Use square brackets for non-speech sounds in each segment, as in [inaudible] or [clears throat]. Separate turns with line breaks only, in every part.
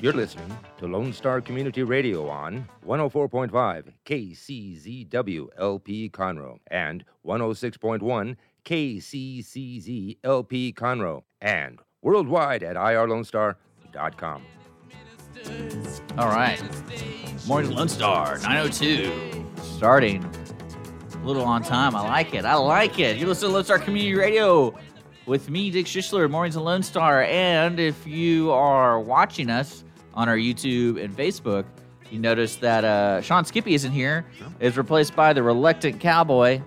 You're listening to Lone Star Community Radio on 104.5 KCZW LP Conroe and 106.1 KCCZ LP Conroe and worldwide at irlonestar.com.
All right. Morning Lone Star 902. Starting a little on time. I like it. I like it. You listen to Lone Star Community Radio with me, Dick Schisler, Mornings and Lone Star. And if you are watching us on our YouTube and Facebook, you notice that uh, Sean Skippy isn't here. Is replaced by the reluctant cowboy.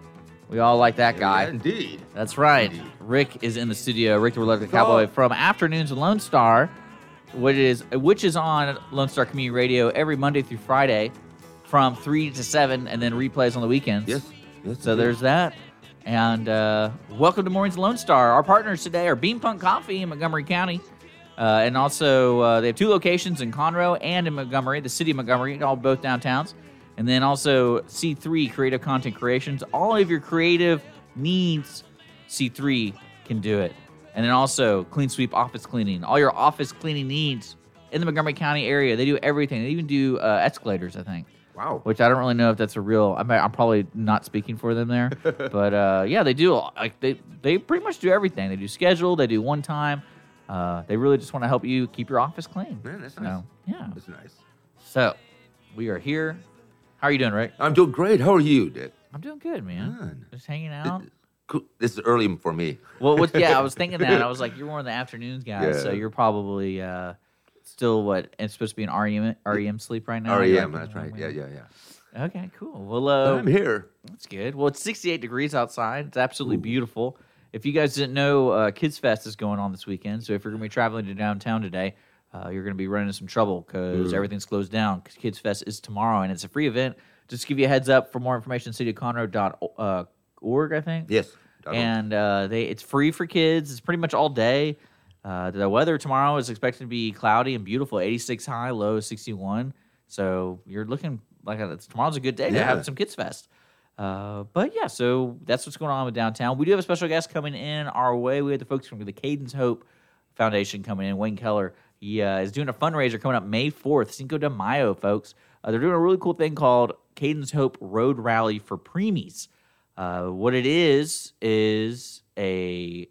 We all like that guy.
Indeed.
That's right. Rick is in the studio. Rick the Reluctant Cowboy from Afternoons with Lone Star, which is which is on Lone Star Community Radio every Monday through Friday, from three to seven, and then replays on the weekends.
Yes. yes
So
indeed.
there's that. And uh, welcome to Mornings Lone Star. Our partners today are Bean Punk Coffee in Montgomery County. Uh, and also, uh, they have two locations in Conroe and in Montgomery, the city of Montgomery, all both downtowns. And then also C3 Creative Content Creations. All of your creative needs, C3 can do it. And then also Clean Sweep Office Cleaning. All your office cleaning needs in the Montgomery County area. They do everything. They even do uh, escalators, I think
Wow.
which I don't really know if that's a real. I'm, I'm probably not speaking for them
[laughs]
there, but uh, yeah, they do like they they pretty much do everything. They do schedule, they do one time. Uh, they really just want to help you keep your office clean.
Man, that's
So,
nice.
yeah.
That's nice.
So we are here. How are you doing, Rick?
I'm doing great. How are you, Dick?
I'm doing good, man.
Good.
Just hanging out.
Cool. This is early for me.
well, what, yeah,
[laughs]
I was thinking that. I was like, you're one of the afternoons guys, so
Yeah.
you're probably uh, still what? It's supposed to be an E REM REM sleep right now. You're
REM,
like,
E that's right. Yeah, yeah, yeah.
yeah. Okay, cool. Well, uh,
I'm here.
That's good. Well, it's 68 degrees outside. It's absolutely beautiful. If you guys didn't know, uh, Kids Fest is going on this weekend. So if you're going to be traveling to downtown today, uh, you're going to be running into some trouble because everything's closed down. 'Cause Kids Fest is tomorrow and it's a free event. Just to give you a heads up for more information, cityofconroe.org, I think.
Yes. I don't-
And uh, they it's free for kids. It's pretty much all day. Uh, the weather tomorrow is expected to be cloudy and beautiful, 86 high, low 61. So you're looking like a, it's- tomorrow's a good day to
Yeah.
have some kids fest. Uh, but yeah, so that's what's going on with downtown. We do have a special guest coming in our way. We had the folks from the Cadence Hope Foundation coming in. Wayne Keller, he uh, is doing a fundraiser coming up May 4th, Cinco de Mayo, folks. Uh, they're doing a really cool thing called Cadence Hope Road Rally for Preemies. Uh, what it is is a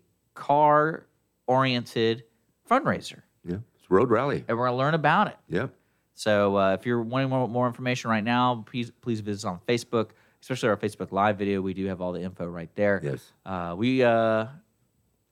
car-oriented fundraiser,
yeah. It's road rally.
and we're gonna learn about it.
Yep.
So uh, if you're wanting more, more information right now, please please visit us on Facebook, especially our Facebook Live video. We do have all the info right there.
Yes.
Uh, we uh,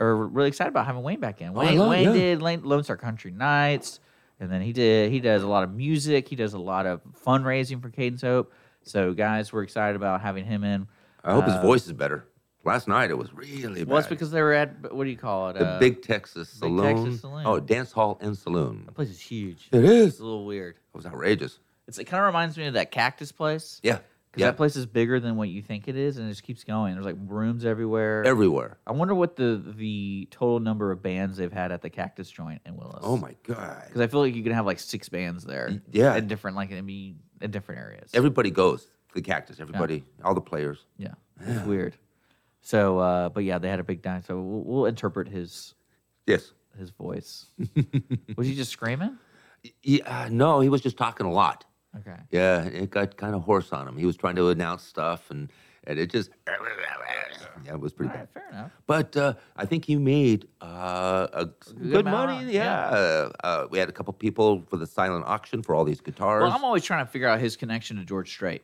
are really excited about having Wayne back in.
Oh, I
Wayne,
love-
Wayne
yeah.
did Lane, Lone Star Country Nights, and then he did he does a lot of music. He does a lot of fundraising for Cadence Hope. So guys, we're excited about having him in.
I hope his voice is better. Last night it was really
Uh,
bad.
Well, it's because they were at what do you call it?
the
uh,
Big Texas
Big
Saloon.
Texas Saloon.
Oh, dance hall and saloon.
that place is huge.
It
It's
is.
a
It
little weird.
was outraous.
It's, it kind of reminds me of that cactus place.
Yeah.
Because
Yeah.
that place is bigger than what you think it is, and it just keeps going. There's like rooms everywhere.
Everywhere.
I wonder what the the total number of bands they've had at the Cactus Joint in Willis.
Oh my God.
Because I feel like you can have like six bands there.
yeah.
In different like I mean in different areas.
Everybody goes to the cactus. Everybody, all the players.
yeah. It's weird. So, uh, but yeah, they had a big dime. So we'll, we'll interpret his
Yes.
his
[laughs]
voice. Was he just screaming?
Yeah. uh, no, he was just talking a lot.
Okay.
Yeah, it got kind of hoarse on him. He was trying to announce stuff, and and it just yeah, it was pretty
All
bad.
right. Fair enough.
But uh, I think he made uh, a good,
amount,
money.
yeah.
Yeah, Uh, uh, we had a couple people for the silent auction for all these guitars.
Well, I'm always trying to figure out his connection to George Strait.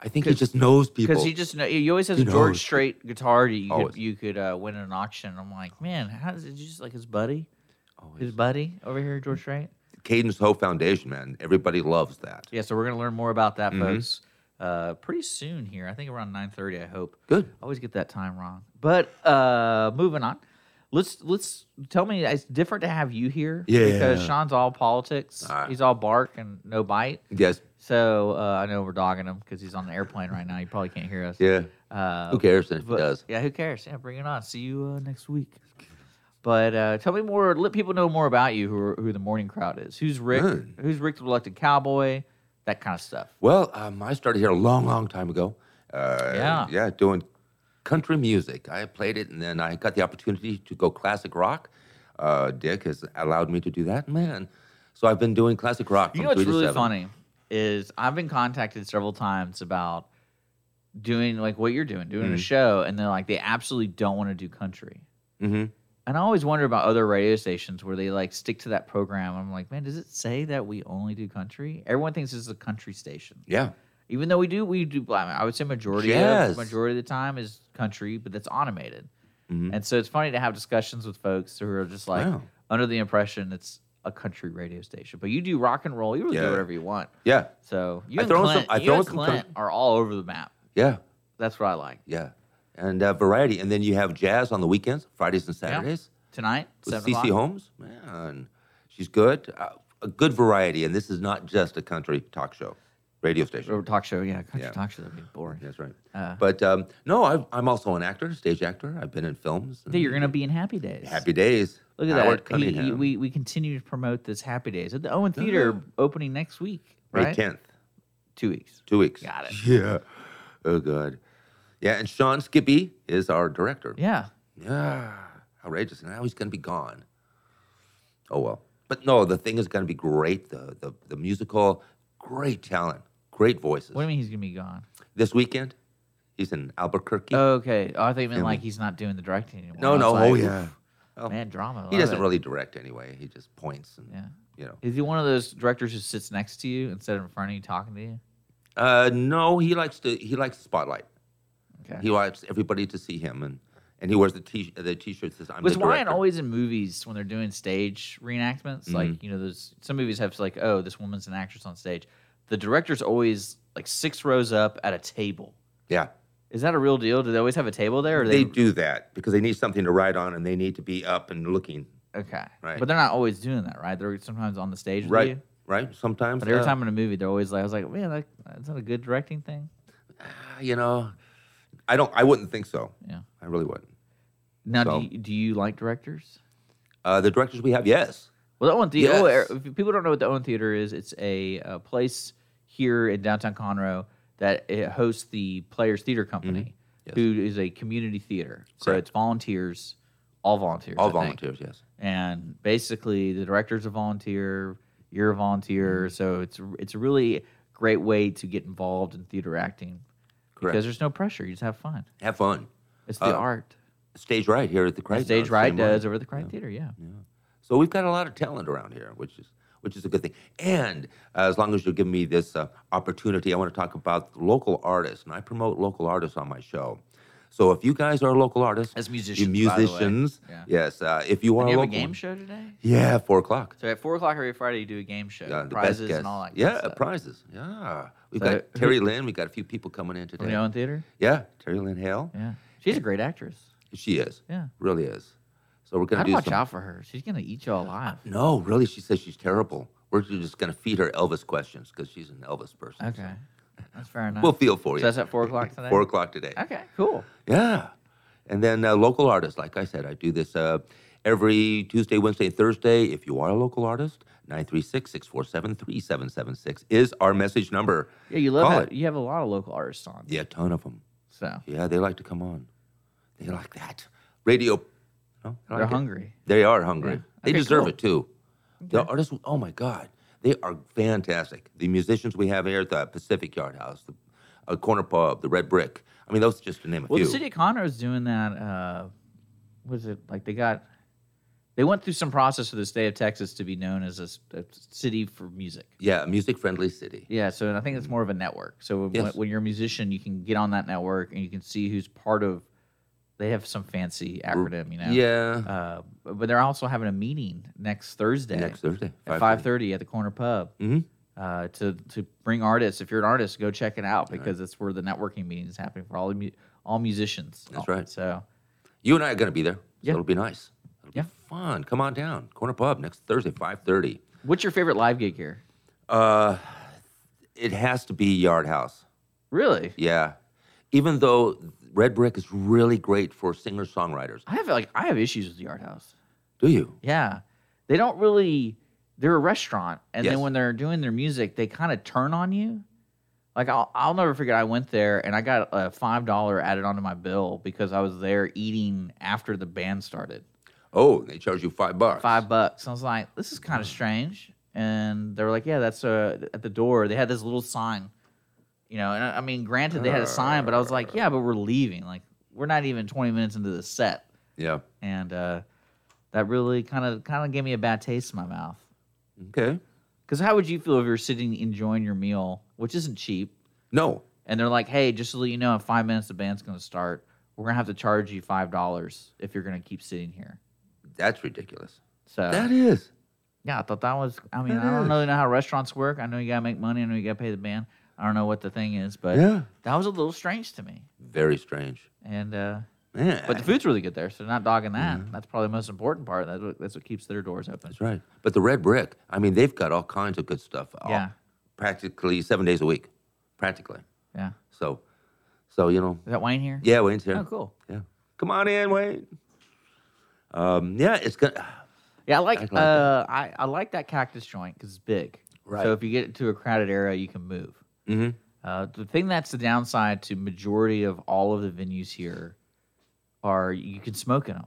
I think he just knows people.
Because he just know he always has
He
a George
knows.
Strait guitar that you
Always.
could, you could uh, win at an auction. I'm like, man, how is it just like his buddy?
Always.
His buddy over here, George Strait.
Cadence Ho Foundation, man. Everybody loves that.
Yeah, so we're gonna learn more about that,
Mm-hmm.
folks. Uh, pretty soon here, I think around 9:30. I hope.
Good.
I always get that time wrong. But uh, moving on, let's let's tell me it's different to have you here. because
Yeah.
Sean's all politics.
All right.
He's all bark and no bite.
Yes.
So uh, I know we're dogging him because he's on an airplane right now. You probably can't hear us.
Yeah.
Uh,
Who cares if he
But-
does?
Yeah, who cares? Yeah, bring it on. See you uh, next week. But uh, tell me more. Let people know more about you. Who are, who the morning crowd is? Who's Rick?
Mm.
Who's Rick the Reluctant Cowboy? That kind of stuff.
Well, um, I started here a long, long time ago. Uh,
Yeah.
Yeah, doing country music. I played it, and then I got the opportunity to go classic rock. Uh, Dick has allowed me to do that. Man, So I've been doing classic rock.
You
from
know what's
three to
really
seven.
funny is I've been contacted several times about doing like what you're doing, doing a
Mhm.
show, and they're like they absolutely don't want to do country.
hmm
And I always wonder about other radio stations where they like stick to that program. I'm like, man, does it say that we only do country? Everyone thinks this is a country station,
Yeah.
even though we do we do. I, mean, I would say majority
Yes.
of majority of the time is country, but that's automated.
Mhm.
And so it's funny to have discussions with folks who are just like
Wow.
under the impression it's a country radio station, but you do rock and roll. You really do
Yeah.
whatever you want.
Yeah.
So you
I
and
throw in
Clint,
some- I
you
throw
and
in some
Clint are all over the map.
Yeah.
That's what I like.
Yeah. And uh, variety. And then you have jazz on the weekends, Fridays and Saturdays.
Tonight,
with
seven
Cece
o'clock.
Holmes. Man, she's good. Uh, a good variety, and this is not just a country talk show, radio station.
Or talk show, yeah, country
Yeah.
talk show. That'd be boring.
That's right.
Uh.
but um, no, I've, I'm also an actor, stage actor. I've been in films. and
Dude, you're gonna be in Happy Days.
Happy Days.
Look at
Howard
that. He- he-
Cunningham,
we we continue to promote this Happy Days at the Owen Theater opening next week.
May
Right,
10th,
two weeks.
two weeks.
Got it.
[laughs] Yeah. Oh God. Yeah, and Sean Skippy is our director.
Yeah,
Yeah. Ah, Outrageous. And now he's going to be gone. Oh, well. But no, the thing is going to be great. The, the, the musical, great talent, great voices.
what do you mean he's gonna be gone?
This weekend, he's in Albuquerque.
Okay, oh, I thought you meant
Family.
like he's not doing the directing anymore.
no,
I was
no.
like,
oh, yeah.
"Oof, man, drama.
He
love
doesn't
it."
really direct anyway. He just points and,
Yeah,
you know.
is he one of those directors who sits next to you instead of in front of you talking to you?
Uh, no, he likes to, he likes spotlight.
Okay.
He likes everybody to see him and, and he wears the t the t-shirt that says I'm
was
the
Ryan
director.
always in movies when they're doing stage reenactments?
Mm-hmm.
Like you know, there's some movies have like, oh, this woman's an actress on stage. The director's always like six rows up at a table.
yeah.
Is that a real deal? Do they always have a table there? Or
They do that because they need something to ride on and they need to be up and looking.
okay,
Right.
But they're not always doing that, right? They're sometimes on the stage with
Right.
you.
Right? Sometimes.
But every
uh,
time in a movie, they're always like, I was like, man, that, is that a good directing thing?
Ah, you know, I don't. I wouldn't think so.
Yeah.
I really wouldn't.
Now,
So-
do, you, do you like directors?
Uh, the directors we have, yes,
Well, the Owen Theater. oh,
Yes.
If people don't know what the Owen Theater is, it's a, uh place here in downtown Conroe that it hosts the Players Theater Company,
Mm-hmm. Yes.
who is a community theater. So
Correct.
it's volunteers, all volunteers, I
all
think.
volunteers, yes.
And basically, the director's a volunteer. You're a
Mm-hmm.
volunteer, so it's it's a really great way to get involved in theater acting
Correct.
because there's no pressure. You just have fun.
Have fun.
It's the
Uh,
art.
Stage right here at the Craig.
Stage right does over at the Craig Theater. Yeah.
So we've got a lot of talent around here, which is which is a good thing. And uh, as long as you'll give me this uh, opportunity, I want to talk about local artists, and I promote local artists on my show. So if you guys are local artists,
As
you
musicians, by the way.
musicians,
Yeah.
yes. Uh, if you are
Do you
a
have a
local,
game show today?
yeah, four o'clock.
So at four o'clock every Friday, you do a game show,
Yeah, the best
prizes
guest.
and all that. good
Yeah,
stuff.
prizes. Yeah, we've
So
got
who-
Terry Lynn. We got a few people coming in today.
From the Owen Theater.
Yeah, Terry Lynn Hale.
Yeah, she's a great actress.
She is.
Yeah,
Really is. So we're gonna
I'd
do
watch
some.
out for her. She's gonna eat you alive.
No, really, she says she's terrible. We're just gonna feed her Elvis questions because she's an Elvis person.
Okay, that's fair enough.
We'll feel for
so
you.
that's at four
[laughs]
o'clock today.
Four o'clock today.
Okay, cool.
Yeah, and then uh, local artists. Like I said, I do this uh, every Tuesday, Wednesday, and Thursday. If you are a local artist. 936-647-3776 is our message number.
Yeah, you love
Call
it. You have a lot of local artists on.
Yeah, a ton of them.
So
Yeah, they like to come on. They like that. Radio. No, they like
they're
it.
hungry.
They are hungry.
Yeah.
They
Okay,
deserve
cool.
it too. The artists, oh my God, they are fantastic. The musicians we have here at the Pacific Yard House, the uh, Corner Pub, the Red Brick. I mean, those just to name a
Well,
few.
the city of Conroe's doing that. Uh, was it like they got? They went through some process for the state of Texas to be known as a s- a city for music.
yeah, music friendly city.
Yeah, so I think it's more of a network. So when,
Yes.
when you're a musician, you can get on that network and you can see who's part of. They have some fancy acronym, you know.
Yeah.
Uh, but they're also having a meeting next Thursday
Next Thursday.
at five thirty at the Corner Pub
Mhm.
uh, to to bring artists. If you're an artist, go check it out because it's where the networking meeting is happening for all the mu- all musicians.
That's right.
So
You and I are going to be there.
Yeah.
So it'll be nice. It'll
Yeah.
be fun. Come on down. Corner Pub next Thursday, 5.30.
what's your favorite live gig here?
Uh, it has to be Yard House.
Really,
Yeah. Even though Red Brick is really great for singer songwriters.
I have like I have issues with the Art House.
Do you?
Yeah. They don't really they're a restaurant and then
Yes.
when they're doing their music, they kind of turn on you. Like I'll I'll never forget I went there and I got a $5 added onto my bill because I was there eating after the band started.
Oh, they charge you five bucks.
5 bucks. I was like, this is kind of strange. and they were like, "Yeah, that's uh, at the door." They had this little sign, you know. And I, I mean, granted, they had a sign, but I was like, "Yeah, but we're leaving. Like, we're not even 20 minutes into the set."
Yeah.
and uh, that really kind of kind of gave me a bad taste in my mouth.
Okay.
Because how would you feel if you're sitting enjoying your meal, which isn't cheap,
No.
and they're like, "Hey, just to let you know, in five minutes the band's going to start. We're going to have to charge you five dollars if you're going to keep sitting here."
That's ridiculous.
So
that is.
yeah, I thought that was. I mean,
That
I don't
is.
really know how restaurants work. I know you got to make money. I know you got to pay the band. I don't know what the thing is, but
Yeah.
that was a little strange to me.
Very strange.
And uh,
Man.
but the food's really good there, so not dogging that.
Mm-hmm.
That's probably the most important part. That's what, that's what keeps their doors open.
That's right. But the Red Brick, I mean, they've got all kinds of good stuff. all-
Yeah.
Practically seven days a week. Practically.
Yeah,
So, so you know,
is that wine here?
yeah, Wayne's here.
Oh, cool.
Yeah. Come on in, Wayne. Um, yeah, it's good.
Yeah, I like,
I like that.
uh, I, I like that cactus joint because it's big.
Right.
So if you get to a crowded area, you can move.
[sighs] Mm-hmm.
Uh, the thing that's the downside to majority of all of the venues here are you can smoke in them.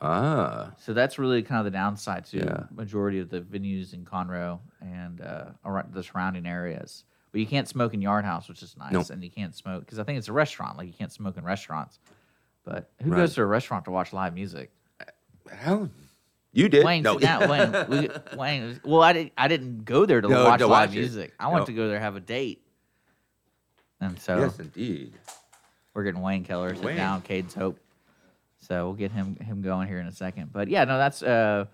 Ah,
So that's really kind of the downside to
Yeah.
majority of the venues in Conroe and uh, around the surrounding areas. But you can't smoke in Yard House, which is nice,
Nope.
and you can't smoke because I think it's a restaurant. Like you can't smoke in restaurants. But who
Right.
goes to a restaurant to watch live music?
well, you did.
Wayne,
no,
sit down.
[laughs]
Wayne, we, Wayne. Well, I didn't. I didn't go there to
No,
watch
to
live
watch it.
music. I went
No.
to go there have a date. And so
yes, indeed.
we're getting Wayne Keller sit
Wayne.
down, Cade's Hope. So we'll get him him going here in a second. But yeah, no, that's uh.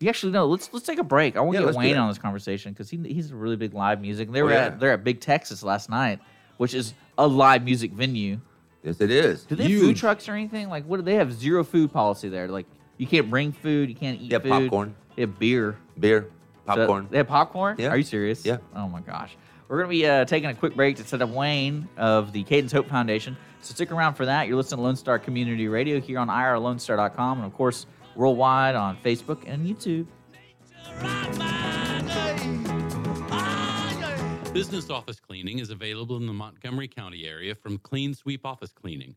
You actually no. Let's let's take a break. I want
Yeah,
to get
let's do
Wayne
that.
on this conversation because he he's a really big live music. And they
Oh,
were
yeah.
at they're at Big Texas last night, which is a live music venue.
Yes, it is.
Do they have food trucks or anything? Like, what do they have? Zero food policy there. Like, you can't bring food. You can't eat
Yeah,
food.
popcorn.
They have beer.
beer,
So
popcorn?
they have popcorn?
Yeah.
Are you serious?
Yeah.
Oh my gosh. We're going to be uh, taking a quick break to set up Wayne of the Cadence Hope Foundation. So stick around for that. You're listening to Lone Star Community Radio here on irlonestar.com and, of course, worldwide on Facebook and YouTube.
Business office cleaning is available in the Montgomery County area from Clean Sweep Office Cleaning,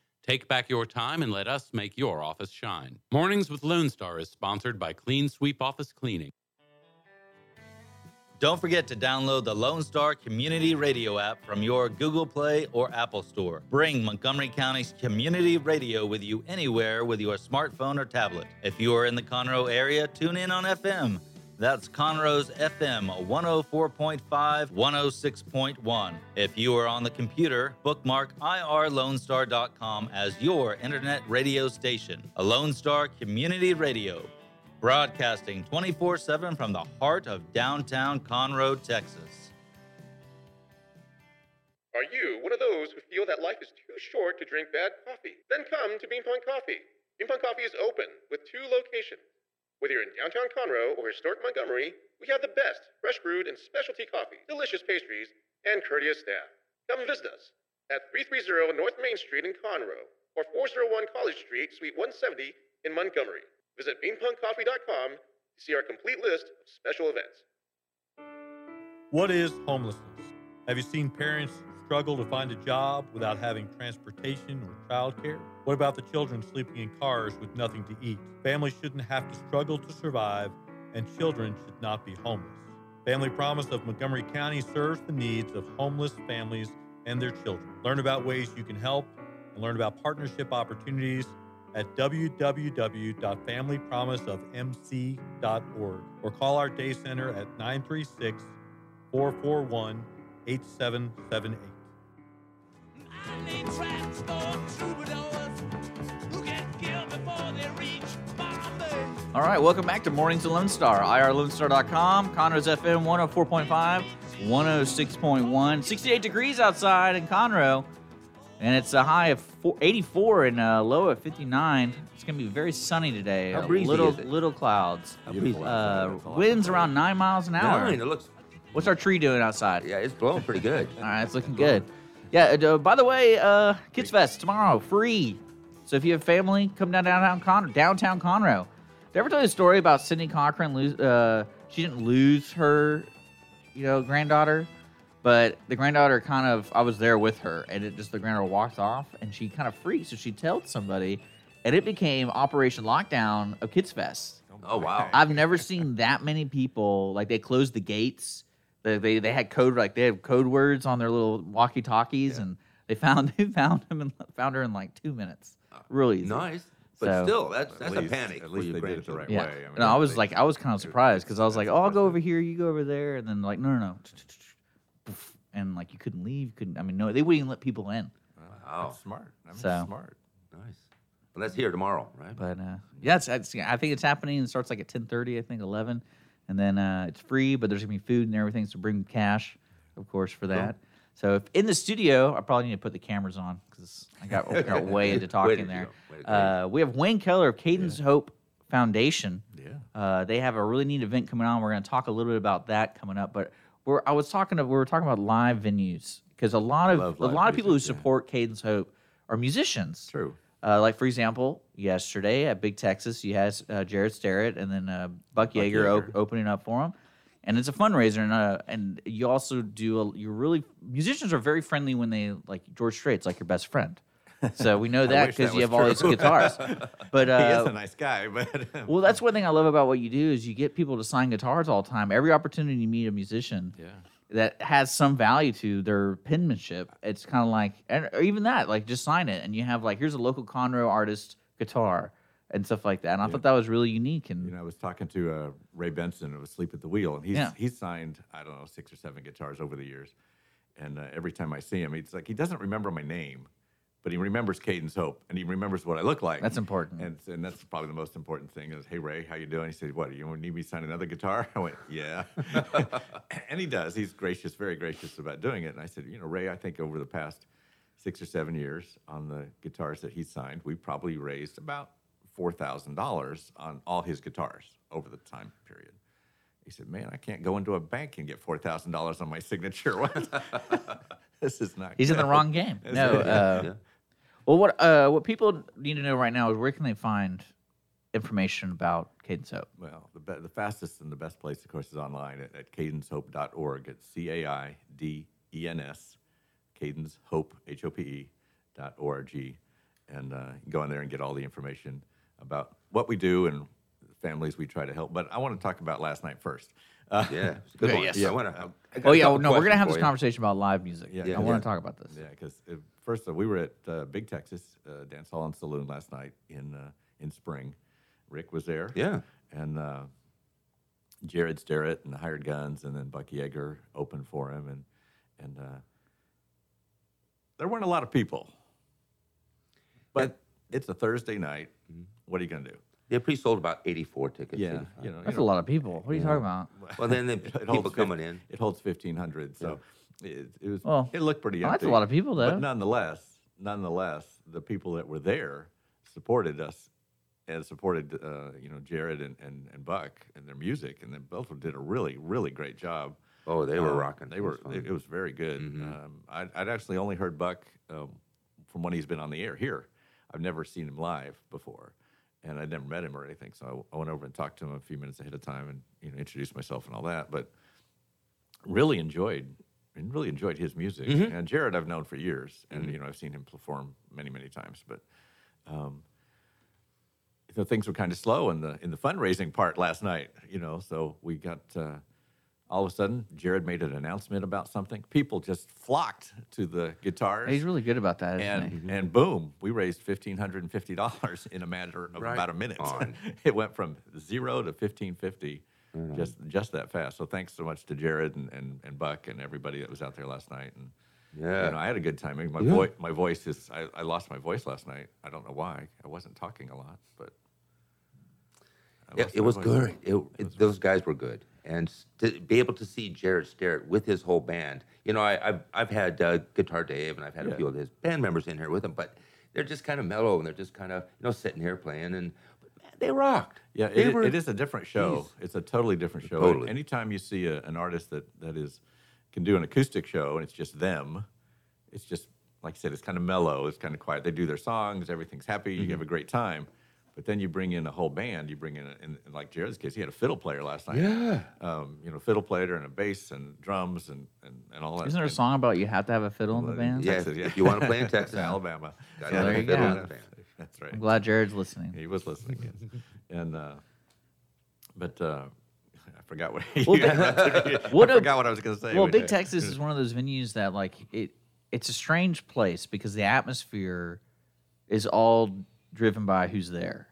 Take back your time and let us make your office shine. Mornings with Lone Star is sponsored by Clean Sweep Office Cleaning.
Don't forget to download the Lone Star Community Radio app from your Google Play or Apple Store. Bring Montgomery County's community radio with you anywhere with your smartphone or tablet. If you are in the Conroe area, tune in on FM. That's Conroe's FM 104.5, 106.1. If you are on the computer, bookmark irlonestar.com as your internet radio station. A Lone Star Community Radio. Broadcasting 24 7 from the heart of downtown Conroe, Texas.
Are you one of those who feel that life is too short to drink bad coffee? Then come to Bean Pong Coffee. Bean Pong Coffee is open with two locations. Whether you're in downtown Conroe or historic Montgomery, we have the best fresh brewed and specialty coffee, delicious pastries, and courteous staff. Come visit us at 330 North Main Street in Conroe or 401 College Street, Suite 170 in Montgomery. Visit beanpongcoffee.com to see our complete list of special events.
What is homelessness? Have you seen parents struggle to find a job without having transportation or childcare? What about the children sleeping in cars with nothing to eat? Families shouldn't have to struggle to survive, and children should not be homeless. Family Promise of Montgomery County serves the needs of homeless families and their children. Learn about ways you can help and learn about partnership opportunities at www.familypromiseofmc.org or call our day center at 936 441 8778.
All right, welcome back to Mornings of Lone Star, irlonestar.com, Conroe's FM 104.5, 106.1, 68 degrees outside in Conroe, and it's a high of four, 84 and a low of 59. It's going to be very sunny today.
How
uh,
breezy
little
is it?
little clouds.
How breezy.
Uh, winds around 9 miles an hour.
Nine, it looks,
What's our tree doing outside? [laughs]
yeah, it's blowing pretty good.
All right, it's looking good. Yeah. and, Uh, by the way, uh, Kids Fest tomorrow, free. So if you have family, come down downtown Con- downtown Conroe. Did I ever tell you a story about Sydney Cochran? Lose, uh, she didn't lose her, you know, granddaughter, but the granddaughter kind of. I was there with her, and it just the granddaughter walked off, and she kind of freaked. So she told somebody, and it became Operation Lockdown of Kids Fest.
Oh, wow.
I've never seen that many people. Like they closed the gates. They they, they had code like they had code words on their little walkie talkies, and they found [laughs] they found him and found her in like two minutes. Really easy.
Nice. But
So-
still, that's, that's
least-
a panic.
at
for
least
your
they did it the
grandchildren.
right
Yeah.
way. I mean,
and I was
they-
like, I was kind of
it-
surprised because I was
that's
like, oh, I'll go
impressive.
over here, you go over there, and then like, no, no, no, Poof. and like you couldn't leave, couldn't. I mean, no, they wouldn't even let people in.
Wow.
That's smart. I mean,
So-
smart.
Nice. Well, that's here tomorrow, right?
But uh, yeah, it's, it's, I think it's happening. It starts like at ten thirty, I think eleven, and then uh, it's free. But there's gonna be food and everything, so bring cash, of course, for that. So if in the studio, I probably need to put the cameras on because I got, got
[laughs]
way into
Way to
talking there.
go. Way to go.
Uh, we have Wayne Keller of Cadence Hope Foundation.
Yeah.
Uh, they have a really neat event coming on. We're going to talk a little bit about that coming up. But we're, I was talking to, we were talking about live venues because a lot of
Love
a
live
lot of people who
music, yeah.
support Cadence Hope are musicians.
True.
Uh, like for example, yesterday at Big Texas, you had uh, Jared Starrett and then uh, Buck, Yeager, o-
Yeager.
opening up for him, and it's a fundraiser. And uh, and you also do a, you're really musicians are very friendly when they like George Strait's like your best friend. So we
[laughs]
know that
wish that
because you
was
have all these
true. [laughs]
guitars. But
He
uh,
is a nice guy, but [laughs]
well, that's one thing I love about what you do is you get people to sign guitars all the time. Every opportunity you meet a musician
Yeah.
that has some value to their penmanship, it's kind of like, and, or even that, like just sign it, and you have like, here's a local Conroe artist guitar and stuff like that. And I thought that was really unique. And
You know, I was talking to uh, Ray Benson of Sleep at the Wheel, and he's
Yeah.
he's signed I don't know six or seven guitars over the years, and uh, every time I see him, he's like he doesn't remember my name, but he remembers Cadence Hope, and he remembers what I look like.
That's important.
and and that's probably the most important thing is Hey Ray, how you doing? He said, What you need me to sign another guitar? [laughs] I went,
[laughs]
Yeah, and he does. He's gracious, very gracious about doing it. And I said, You know, Ray, I think over the past six or seven years on the guitars that he signed, we probably raised about four thousand dollars on all his guitars over the time period. He said, Man, I can't go into a bank and get four thousand dollars on my signature. [laughs] What? this is not.
he's in the
good.
wrong game. No. Uh,
Yeah.
Well, what uh, what people need to know right now is where can they find information about Cadence Hope?
Well, the, be- the fastest and the best place, of course, is online at, at cadencehope.org. It's C A I D E N S, cadencehope, H O P E, dot O R G. And uh, you can go in there and get all the information about what we do and the families we try to help. But I want to talk about last night first. Uh,
Yeah, it's a good
Okay,
one.
yes.
Yeah, I wanna,
Oh yeah, no, we're gonna
question
have
for
this
you.
conversation about live music.
Yeah,
Yeah,
yeah.
I want
Yeah.
to talk about this.
[laughs] Yeah, because first uh, we were at uh, Big Texas uh, Dance Hall and Saloon last night in uh, in spring. Rick was there.
Yeah.
and uh, Jared Starrett and the Hired Guns, and then Buck Yeager opened for him, and and uh, there weren't a lot of people, but it's a Thursday night.
Mm-hmm.
What are you gonna do?
They pre-sold about 84 tickets.
Yeah,
85.
you know,
That's
you
a
know,
lot of people. What are you talking about?
Well,
[laughs]
then the
[laughs] it
people
holds fif-
coming in.
It holds fifteen hundred, so it, it was.
Well,
it looked pretty.
well, that's a
empty.
lot of people, though.
But nonetheless, nonetheless, the people that were there supported us and supported uh, you know Jared and, and, and Buck and their music, and they both did a really really great job.
Oh, they were
Um,
rocking.
They
It
were.
was fun. Mm-hmm.
It, it was very good. Um, I'd, I'd actually only heard Buck um, from when he's been on the air here. I've never seen him live before, and I'd never met him or anything. So I, I went over and talked to him a few minutes ahead of time and you know introduced myself and all that. But really enjoyed and really enjoyed his music.
Mm-hmm.
And Jared, I've known for years, and you know I've seen him perform many many times. But so things were kind of slow in the in the fundraising part last night, you know. So we got uh, all of a sudden Jared made an announcement about something. People just flocked to the guitars,
He's really good about that, isn't he?
and and boom, we raised fifteen hundred and fifty dollars in a matter of
Right
about a minute.
on.
[laughs] it went from zero to fifteen fifty,
Mm-hmm.
just just that fast. So thanks so much to Jared and, and, and Buck and everybody that was out there last night. And
Yeah.
you know, I had a good time. My voice, my voice is. I, I lost my voice last night. I don't know why. I wasn't talking a lot, but I
Yeah,
lost
it
my
was
voice.
good. It, it- those guys were good, and s- to be able to see Jared Starrett with his whole band. You know, I, I've I've had uh, Guitar Dave, and I've had
Yeah.
a few of his band members in here with him, but they're just kind of mellow, and they're just kind of you know sitting here playing, and but man, they rocked.
Yeah,
They
it,
were-
it is a different show. It's a totally different show.
Totally.
Anytime you see a, an artist that that is can do an acoustic show and it's just them, it's just like I said, it's kind of mellow, it's kind of quiet. They do their songs, everything's happy,
Mm-hmm.
you have a great time. But then you bring in a whole band. You bring in, a, in, in like Jared's case, he had a fiddle player last night.
Yeah.
um, you know, fiddle player and a bass and drums and and, and all that.
Isn't there a
and-
song about you have to have a fiddle in the band?
Yeah.
Texas,
If you wanna
[laughs]
play in Texas.
Alabama.
Gotta
Yeah,
have a
there you
fiddle
go.
in the band.
That's right.
I'm glad Jared's listening.
He was listening, yes.
[laughs]
and uh, but uh, I forgot what. you-
Well,
[laughs] I
what a-
forgot what I was going to say.
Well,
but-
Big Texas is one of those venues that like it. It's a strange place because the atmosphere is all driven by who's there.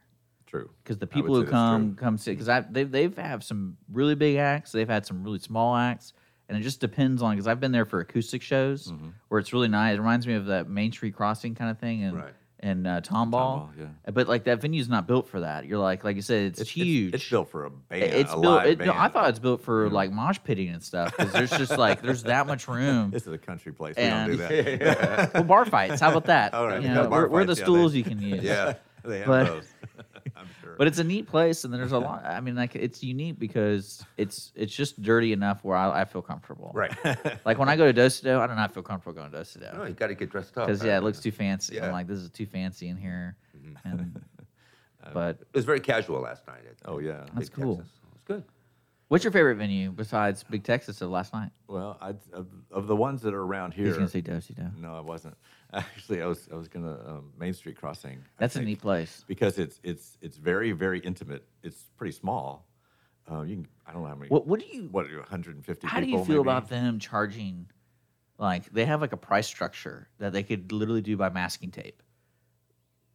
True.
Because the
I would
people
say
who
that's
come come see because I they they've have some really big acts. They've had some really small acts, and it just depends on because I've been there for acoustic shows where it's really nice. It reminds me of that Main Street Crossing kind of thing and
Right.
and uh, Tomball.
Tomball, yeah.
But like that venue's not built for that. You're like like you said, it's,
It's- it's-
huge.
It's, built for a band.
It's
a
built.
live
It, no, I
band.
thought it's built for like mosh pitting and stuff because there's just
[laughs]
like there's that much room.
this is a country place.
And-
we don't do that.
[laughs]
[laughs]
Well, bar fights. How about that?
All right,
You
yeah,
know,
bar
we're, we're the
fights, yeah,
stools
they-
you can use.
[laughs] yeah, they have
But-
those. [laughs] I'm sure.
But it's a neat place, and there's a lot. I mean, like it's unique because it's it's just dirty enough where I, I feel comfortable.
Right.
Like when I go to Dosido, I do not feel comfortable going to
No,
Dosido
you got to get dressed up.
because yeah, it looks too fancy. I'm
Yeah.
like, this is too fancy in here.
Mm-hmm. [laughs]
And,
Uh,
but
It was very casual last night. At
[laughs] oh yeah.
Big
That's cool.
Texas. It was good.
what's your favorite venue besides Big Texas of last night?
Well, I, of, of the ones that are around here.
He's gonna say Dosido.
No, I wasn't. [laughs] Actually, I was. I was gonna um, Main Street Crossing. I
That's a
think,
neat place.
because it's it's it's very very intimate. It's pretty small. Uh, you can, I don't know how many.
What what do you
What 150
How do
people?
you feel
maybe?
about them charging? Like they have like a price structure that they could literally do by masking tape.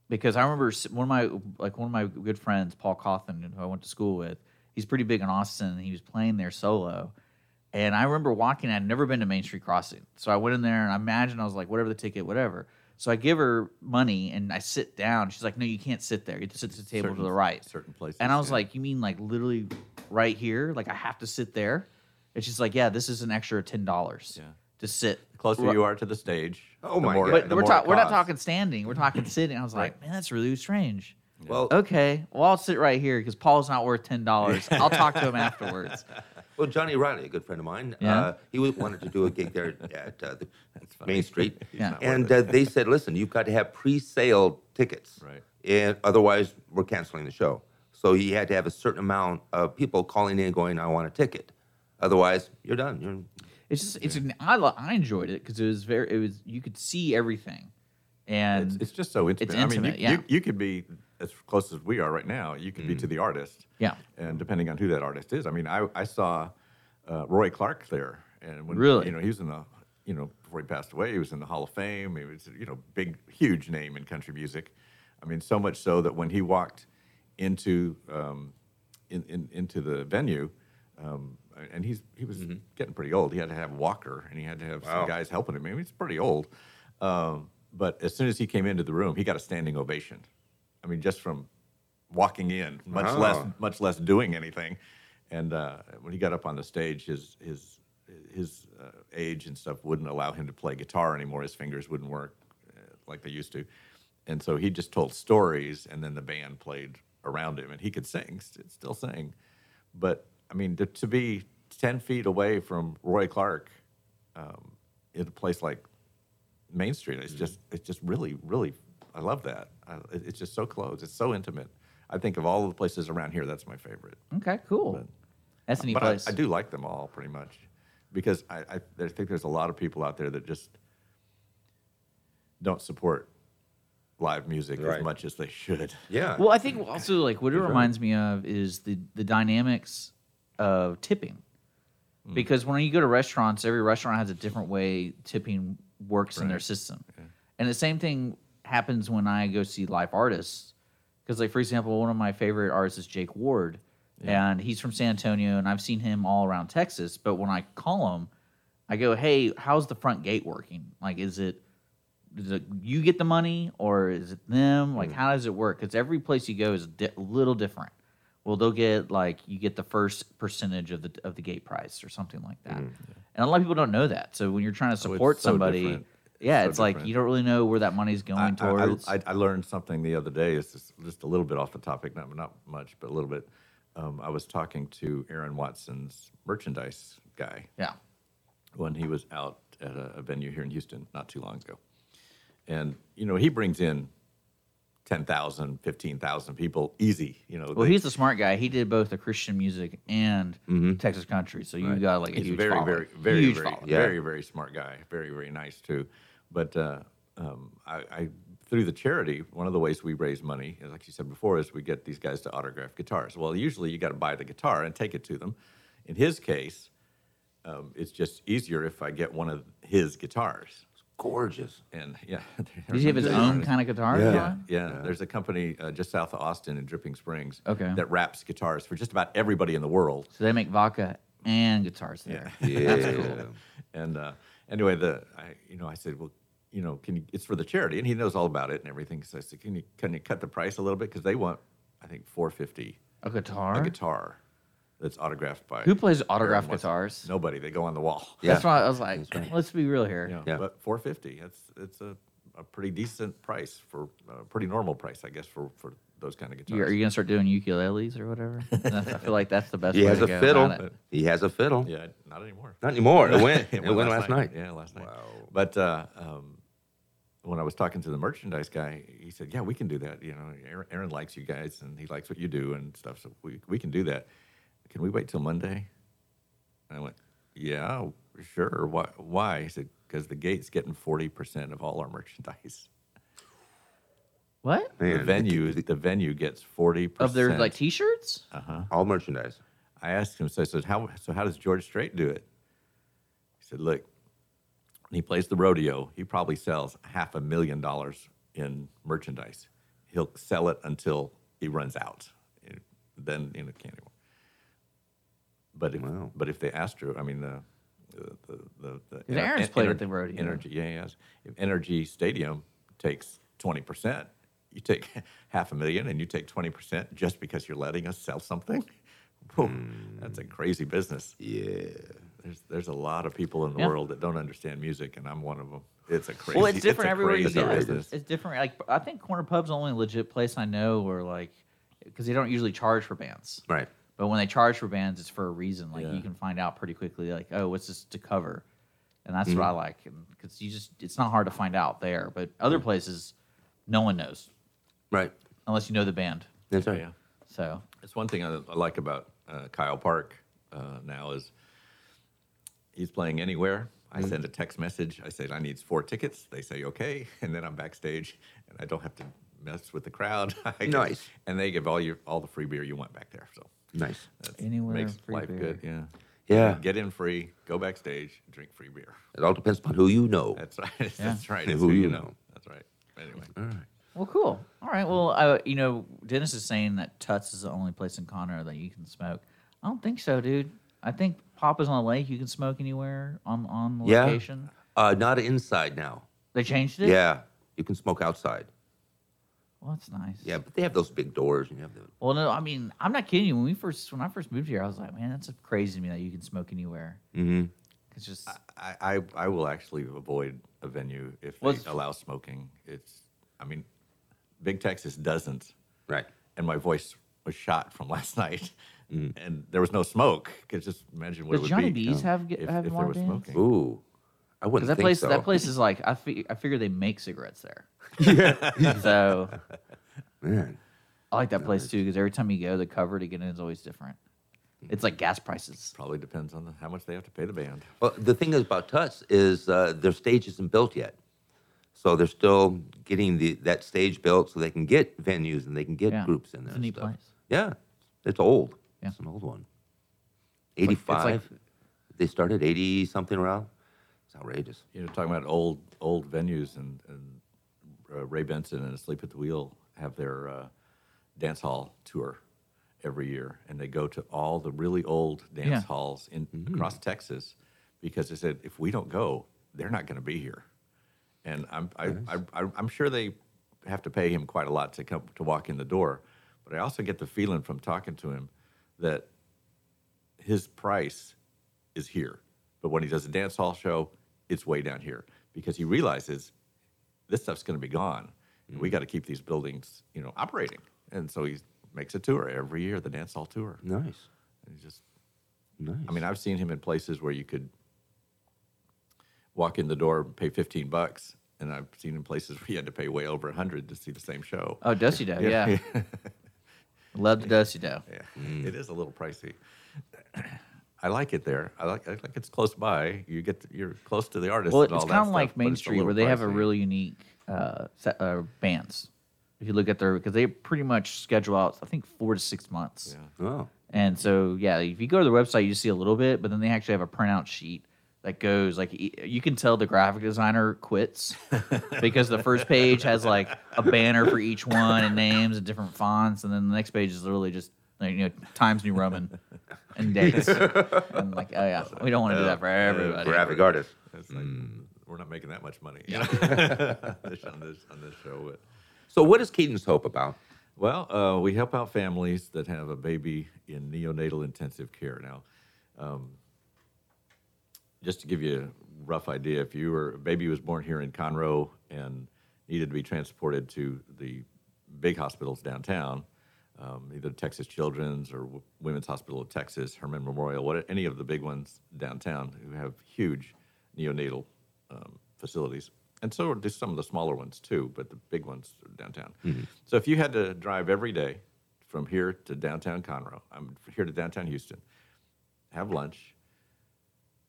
Because I remember s- one of my like one of my good friends, Paul Cawthon, who I went to school with. He's pretty big in Austin, and he was playing there solo. And I remember walking. I'd never been to Main Street Crossing, so I went in there and I imagined I was like, whatever the ticket, whatever. So I give her money and I sit down. She's like, no, you can't sit there. You have to sit at the table to
Certain-
the right.
Certain places.
And I was
yeah.
like, you mean like literally right here? Like I have to sit there? It's just like, yeah, this is an extra ten dollars
Yeah.
to sit.
the closer you are to the stage.
Oh
the
my
more-
God.
But
the
we're
more
talk-
it
we're not
costs.
talking standing. We're
[clears throat]
talking sitting. I was like, man, that's really strange.
Well,
Okay, well I'll sit right here because Paul's not worth ten
[laughs]
dollars. I'll talk to him afterwards.
Well, Johnny Riley, a good friend of mine,
Yeah.
uh, he was, wanted to do a gig there at uh, the Main Street,
Yeah. not
and uh, they said, "Listen, you've got to have pre-sale tickets,
Right.
And otherwise, we're canceling the show." So he had to have a certain amount of people calling in, going, "I want a ticket," otherwise, you're done. You're,
It's just it's an, I lo- I enjoyed it because it was very it was you could see everything, and
It's, it's just so intimate. I
intimate,
mean, you,
yeah. Mm.
you, you could be as close as we are right now. You could be to the artist.
Yeah.
And depending on who that artist is, I mean, I, I saw uh, Roy Clark there, and when
Really?
you know he was in the you know before he passed away, he was in the Hall of Fame. He was you know big huge name in country music. I mean, so much so that when he walked into um, in, in, into the venue. Um, and he's he was getting pretty old. He had to have a walker, and he had to have some guys helping him. I mean, he's pretty old. Um, but as soon as he came into the room, he got a standing ovation. I mean, just from walking in, much
Wow.
less much less doing anything. And uh, when he got up on the stage, his his his uh, age and stuff wouldn't allow him to play guitar anymore. His fingers wouldn't work uh, like they used to, and so he just told stories, and then the band played around him, and he could sing, st- still sing. But I mean, to, to be ten feet away from Roy Clark um, in a place like Main Street.
Mm-hmm.
It's just it's just really really I love that. I, it- it's just so close. It's so intimate. I think of all of the places around here, that's my favorite.
okay, cool. That's a neat
But I,
place.
I do like them all pretty much because I, I, I think there's a lot of people out there that just don't support live music
Right.
as much as they should.
yeah,
Well, I think also like what it
right.
reminds me of is the the dynamics of tipping, because when you go to restaurants, every restaurant has a different way tipping works in their system, and the same thing happens when I go see live artists. Because like for example, one of my favorite artists is Jake Ward, and he's from San Antonio, and I've seen him all around Texas. But when I call him, I go, "Hey, how's the front gate working? Like, is it?" does it, you get the money or is it them?
Mm.
Like, how does it work? Because every place you go is a di- little different. Well, they'll get like you get the first percentage of the of the gate price or something like that, and a lot of people don't know that. So when you're trying to
Mm-hmm. Oh,
support
it's so
somebody,
different. It's
yeah,
so
it's like
different.
you don't really know where that money's going
I, I- I-
towards.
I, I learned something the other day. It's just, just a little bit off the topic, not not much, but a little bit. Um, I was talking to Aaron Watson's merchandise guy
yeah,
when he was out at, at a, a venue here in Houston not too long ago. And, you know, he brings in 10,000, 15,000 people easy. You know,
Well,
they-
he's the smart guy. He did both the Christian music and Texas country, so you got like a
Mm-hmm. he's
huge
very,
following.
very, very,
huge
very,
following.
Yeah.
very, very smart guy. Very, very nice too. But uh, um, I, I, through the charity, one of the ways we raise money, is, like you said before, is we get these guys to autograph guitars. Well, usually you got to buy the guitar and take it to them. In his case, um, it's just easier if I get one of his guitars.
Gorgeous.
And yeah, [laughs]
Does he have his own kind of guitar?
Yeah.
John?
yeah, there's a company uh, just south of Austin in Dripping Springs
Okay.
that wraps guitars for just about everybody in the world.
So they make vodka and guitars there.
Yeah.
And uh, anyway, the I, you know, I said, well, you know, can you, it's for the charity, and he knows all about it and everything. So I said, can you can you cut the price a little bit because they want, I think, four fifty
A guitar?
a guitar that's autographed by
Who plays autographed
Aaron Watson.
guitars?
Nobody. They go on the wall. [laughs]
Yeah.
That's why I was like, let's be real here.
You know,
Yeah.
But four fifty. That's it's a, a pretty decent price for a pretty normal price, I guess, for for those kind of
You- are
guitars.
you gonna start doing ukuleles or
[laughs]
whatever? That's- I feel like that's the best.
He
way
has
to
a
go
fiddle.
about it.
He has a fiddle.
yeah, not anymore.
Not anymore. It
[laughs]
went. it went last night.
Yeah, last night.
Wow.
But uh, um, when I was talking to the merchandise guy, he said, "Yeah, we can do that. You know, Aaron, Aaron likes you guys, and he likes what you do and stuff. So we we can do that. Can we wait till Monday?" And I went, "Yeah, sure. Why? Why?" He said, "Because the gate's getting forty percent of all our merchandise.
What
the
Man,
venue, the, venue gets forty percent Uh-huh.
of their like T-shirts?
all merchandise.
I asked him, so I said, how, so how does George Strait do it? He said, look, when he plays the rodeo, he probably sells half a million dollars in merchandise. He'll sell it until he runs out. It- Then, you know, can't anymore. But if,
Wow.
but if they asked her, I mean, the, the, the, the, the
Yeah, Aaron's played at the rodeo.
Energy, yeah, yes. If Energy Stadium takes 20%, you take [laughs] half a million and you take 20% just because you're letting us sell something? [laughs] Whoa, That's a crazy business.
Yeah.
There's, there's a lot of people in the
Yeah.
world that don't understand music, and I'm one of them. It's a crazy
well, it's different
a
everywhere you
crazy
go. It's,
business.
it's different. Like I think corner pubs only legit place I know where like because they don't usually charge for bands.
Right.
But when they charge for bands, it's for a reason. Like
Yeah.
you can find out pretty quickly. Like oh, what's this to cover? And that's what I like because you just it's not hard to find out there. But other places, no one knows
Right.
unless you know the band.
That's right.
Yeah.
So
That's one thing I, I like about uh, Kyle Park uh, now is he's playing anywhere. I send a text message. I say I need four tickets. They say okay, [laughs] and then I'm backstage, and I don't have to mess with the crowd. [laughs] I get-
Nice.
and they give all your all the free beer you want back there. So
Nice.
that's,
Anywhere
makes
free
life
beer.
good. Yeah.
Yeah.
Get in free. Go backstage. Drink free beer.
It all depends upon who you know.
That's right. [laughs] That's right.
Who
It's who
you
you know.
know.
That's right. Anyway,
Well, cool. All right. Well, uh, you know, Dennis is saying that Tuts is the only place in Conroe that you can smoke. I don't think so, dude. I think Papa's on the lake. You can smoke anywhere on on the
Yeah.
location.
Uh, not inside now.
They changed it.
Yeah. You can smoke outside.
Well, that's nice.
Yeah, but they have those big doors and you have the
Well, no, I mean, I'm not kidding you. When we first, when I first moved here, I was like, man, that's crazy to me that you can smoke anywhere. Mm-hmm. It's just
I, I I will actually avoid a venue if they
Well, it's-
allow smoking. It's I mean, Big Texas doesn't.
right.
and my voice was shot from [laughs] last night, and there was no smoke. Could just imagine what
Does
it would
Johnny
be
B's have g-
if,
have
if there
lawn
was
bands?
smoking.
Ooh. I wouldn't
because that
think
place
so.
that place is like I fi- I figure they make cigarettes there. Yeah. so
Man.
I like that place too because every time you go, the cover to get in is always different. It's
Mm.
like gas prices.
Probably depends on the, how much they have to pay the band.
Well, the thing is about Tuts is uh, their stage isn't built yet, so they're still getting the that stage built so they can get venues and they can get
Yeah.
groups in there.
It's a
and
neat
stuff.
place.
Yeah, it's old.
Yeah.
It's an old one.
like-
Eighty
it's like-
five. they started eighty something around. It's outrageous.
You know, talking about old old venues and, and uh, Ray Benson and Asleep at the Wheel have their uh, dance hall tour every year, and they go to all the really old dance
Yeah.
halls in across Texas because they said if we don't go, they're not going to be here. And I'm I, I, I, I'm sure they have to pay him quite a lot to come to walk in the door, but I also get the feeling from talking to him that his price is here. But when he does a dance hall show, it's way down here because he realizes this stuff's going to be gone. And we got to keep these buildings, you know, operating. And so he makes a tour every year, the dance hall tour.
Nice,
And he just,
nice.
I mean, I've seen him in places where you could walk in the door, pay 15 bucks. And I've seen in places [laughs] where you had to pay way over 100 to see the same show.
Oh, Dusty Dough, yeah.
[laughs]
[laughs] Love the Dusty Dough.
Yeah, it is a little pricey. [clears throat] I like it there. I like. I like it's close by. You get to, you're close to the artist.
Well,
and all
it's
that
kind of
stuff,
like
but
Main
it's a
Street
little
where they have a
pricey.
really unique uh, set, uh, bands. If you look at their, because they pretty much schedule out, I think four to six months.
Oh,
And so, yeah, if you go to their website, you see a little bit, but then they actually have a printout sheet that goes like e- you can tell the graphic designer quits because the first page has like a banner for each one and names and different fonts, and then the next page is literally just like, you know Times New Roman and dates. and like, oh yeah, we don't want to do that for
oh,
everybody.
graphic artist.
It's like, We're not making that much money. You [laughs] know? This- on this on this show. but-
So what is Cadence Hope about?
Well, uh, we help out families that have a baby in neonatal intensive care. Now, um, just to give you a rough idea, if you were a baby was born here in Conroe and needed to be transported to the big hospitals downtown, um, either Texas Children's or W- Women's Hospital of Texas, Herman Memorial, what any of the big ones downtown who have huge neonatal um, facilities, and so do some of the smaller ones too, but the big ones are downtown. So if you had to drive every day from here to downtown Conroe, I'm here to downtown Houston, have lunch,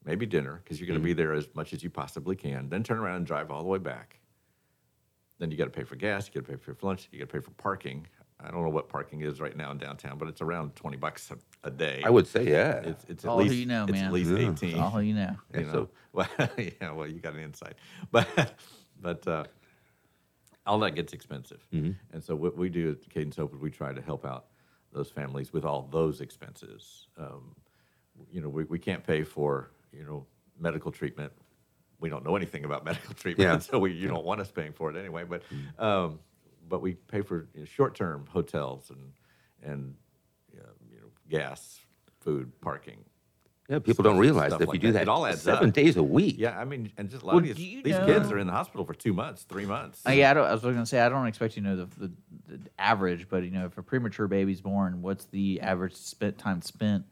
maybe dinner, because you're going to
Mm.
be there as much as you possibly can, then turn around and drive all the way back. Then you got to pay for gas, you got to pay for lunch, you got to pay for parking. I don't know what parking is right now in downtown, but it's around twenty bucks a, a day.
I would say, yeah.
It's, it's at
All who
least
you know,
it's
man.
at least
Yeah.
eighteen.
All you know.
You
Yeah,
know? [laughs]
so-
well, yeah, well, you got an insight, [laughs] but but uh, all that gets expensive,
Mm-hmm.
and so what we do at Cadence Hope is we try to help out those families with all those expenses. Um, you know, we, we can't pay for you know medical treatment. We don't know anything about [laughs] medical treatment,
Yeah. Mm-hmm.
so we you don't want us paying for it anyway. But um, but we pay for you know, short-term hotels and and uh, you know gas, food, parking,
Yeah, people don't realize
stuff
that if
like
you do
that.
that,
It all adds
seven
up.
days a week.
yeah, I mean, and just a lot
Well,
of these,
do you
these kids
know-
are in the hospital for two months, three months.
Uh, yeah, I, don't, I was going to say I don't expect you to know the, the, the average, but you know, if a premature baby's born, what's the average spent time spent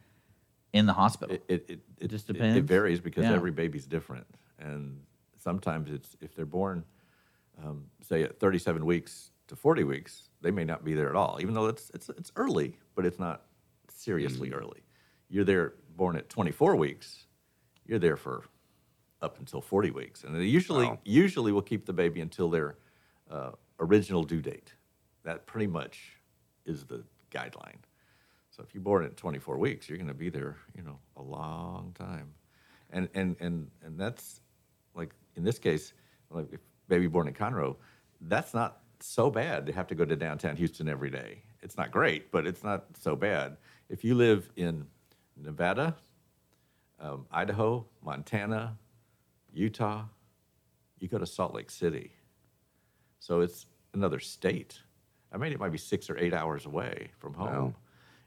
in the hospital?
It, it, it, it
just
it- It,
depends.
varies because
Yeah.
every baby's different, and sometimes it's if they're born, um, say at 37 weeks to 40 weeks, they may not be there at all. Even though it's it's it's early, but it's not seriously
Mm.
early. You're there born at 24 weeks, you're there for up until 40 weeks, and they usually
Wow.
usually will keep the baby until their uh, original due date. That pretty much is the guideline. So if you're born at 24 weeks, you're going to be there, you know, a long time, and and and and that's like in this case, like if baby born in Conroe, that's not so bad to have to go to downtown Houston every day. It's not great, but it's not so bad. If you live in Nevada, um, Idaho, Montana, Utah, you go to Salt Lake City. So it's another state. I mean, it might be six or eight hours away from home.
Wow.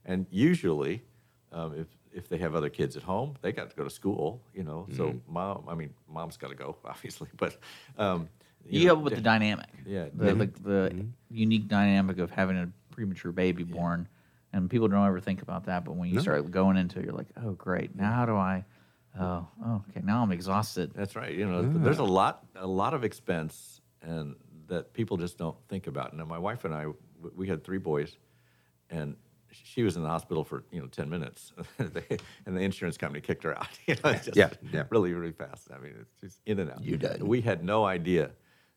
And usually, um, if if they have other kids at home, they got to go to school. You know, so mom. I mean, mom's got to go, [laughs] obviously. But um,
You,
know,
help with
da-
the dynamic,
yeah, Mm-hmm.
the,
then-
like the unique dynamic of having a premature baby born, and people don't ever think about that. But when you start going into it, you're like, oh great, now how do I? Oh, oh, okay, now I'm exhausted.
That's right. You know, there's a lot, a lot of expense, and that people just don't think about. Now, my wife and I, w- we had three boys, and she was in the hospital for you know ten minutes, [laughs] They- and the insurance company kicked her out. [laughs] you know, it's just
Yeah, yeah.
[laughs] really, really fast. I mean, it's just in and out.
You did.
We had no idea,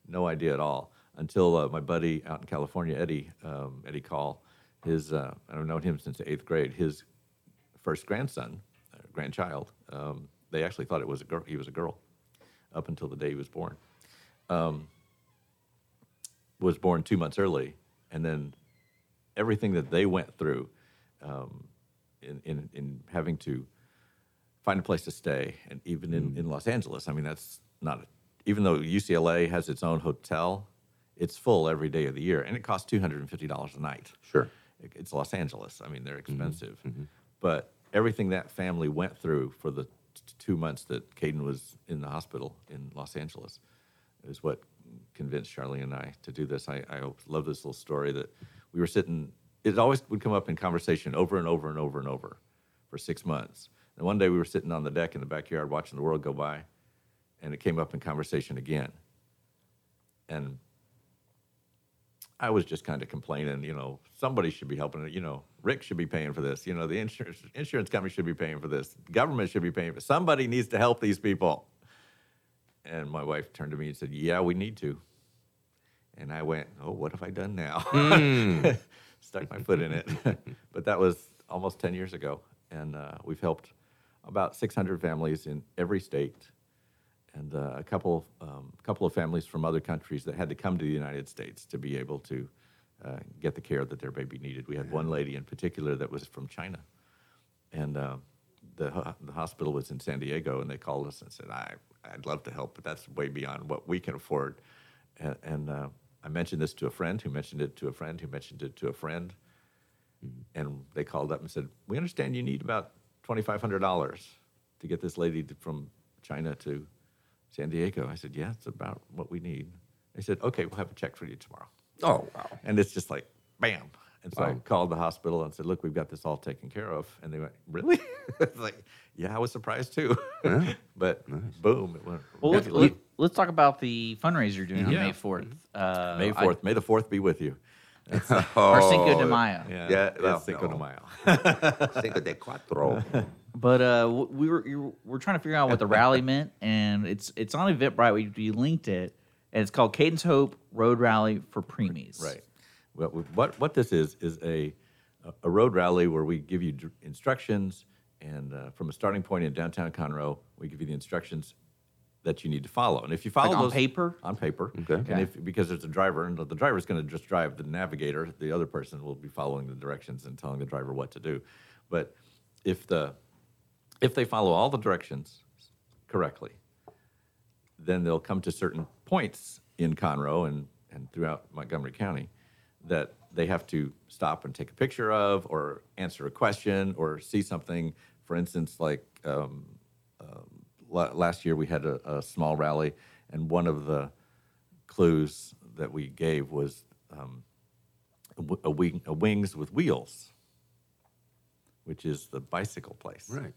no idea at all until uh, my buddy out in California, Eddie, um, Eddie Call, his uh, I've known him since eighth grade. His first grandson, uh, grandchild, um, they actually thought it was a girl. He was a girl up until the day he was born. Um, was born two months early, and then everything that they went through um, in, in in having to find a place to stay, and even in, in Los Angeles, I mean that's not even though UCLA has its own hotel, it's full every day of the year, and it costs two hundred and fifty dollars a night
Sure.
it- it's Los Angeles. I mean, they're expensive, but everything that family went through for the t- two months that Caden was in the hospital in Los Angeles is what convinced Charlie and I to do this. I, I love this little story that we were sitting. It always would come up in conversation over and over and over and over for six months. And one day we were sitting on the deck in the backyard watching the world go by, and it came up in conversation again. And I was just kind of complaining, you know, somebody should be helping it. You know, Rick should be paying for this. You know, the insurance insurance company should be paying for this. Government should be paying for. Somebody needs to help these people. And my wife turned to me and said, "Yeah, we need to." And I went, "Oh, what have I done now?" [laughs] Stuck my foot in it. [laughs] but that was almost ten years ago, and uh, we've helped about 600 families in every state and uh, a couple um, couple of families from other countries that had to come to the United States to be able to uh, get the care that their baby needed. We had one lady in particular that was from China, and uh, the ho- the hospital was in San Diego, and they called us and said, "I I'd love to help, but that's way beyond what we can afford." And, and uh, I mentioned this to a friend, who mentioned it to a friend, who mentioned it to a friend, and they called up and said, "We understand you need about twenty five hundred dollars to get this lady to, from China to San Diego." I said, "Yeah, it's about what we need." They said, "Okay, we'll have a check for you tomorrow."
Oh [laughs] wow.
And it's just like, bam. And so I
Wow.
called the hospital and said, "Look, we've got this all taken care of." And they went, "Really?" [laughs] it's like, yeah, I was surprised too. [laughs] but boom, it went.
Well, let's,
immediately.
let, us talk about the fundraiser you're doing on
Yeah. Mm-hmm.
May 4th. Uh,
May
I-
fourth, May the fourth be with you.
or Cinco de Mayo.
Yeah,
Yeah,
it's
well,
Cinco de
no.
[laughs] Mayo.
Oh, Cinco de
[laughs]
Cuatro.
But uh, w- we were you were- we're trying to figure out what the
[laughs]
rally meant, and it's it's on Eventbrite. We, we linked it, and it's called Cadence Hope Road Rally for Preemies.
Right. What, what, what this is, is a, a road rally where we give you dr- instructions, and uh, from a starting point in downtown Conroe, we give you the instructions that you need to follow. And if you follow
Like on
those
paper?
on paper,
Okay.
and if because there's a driver, and the driver's going to just drive the navigator, the other person will be following the directions and telling the driver what to do. But if the if they follow all the directions correctly, then they'll come to certain points in Conroe and, and throughout Montgomery County that they have to stop and take a picture of or answer a question or see something. For instance, like um, um, la- last year we had a, a small rally, and one of the clues that we gave was um, a, w- a wing, a Wings with Wheels, which is the bicycle place.
right.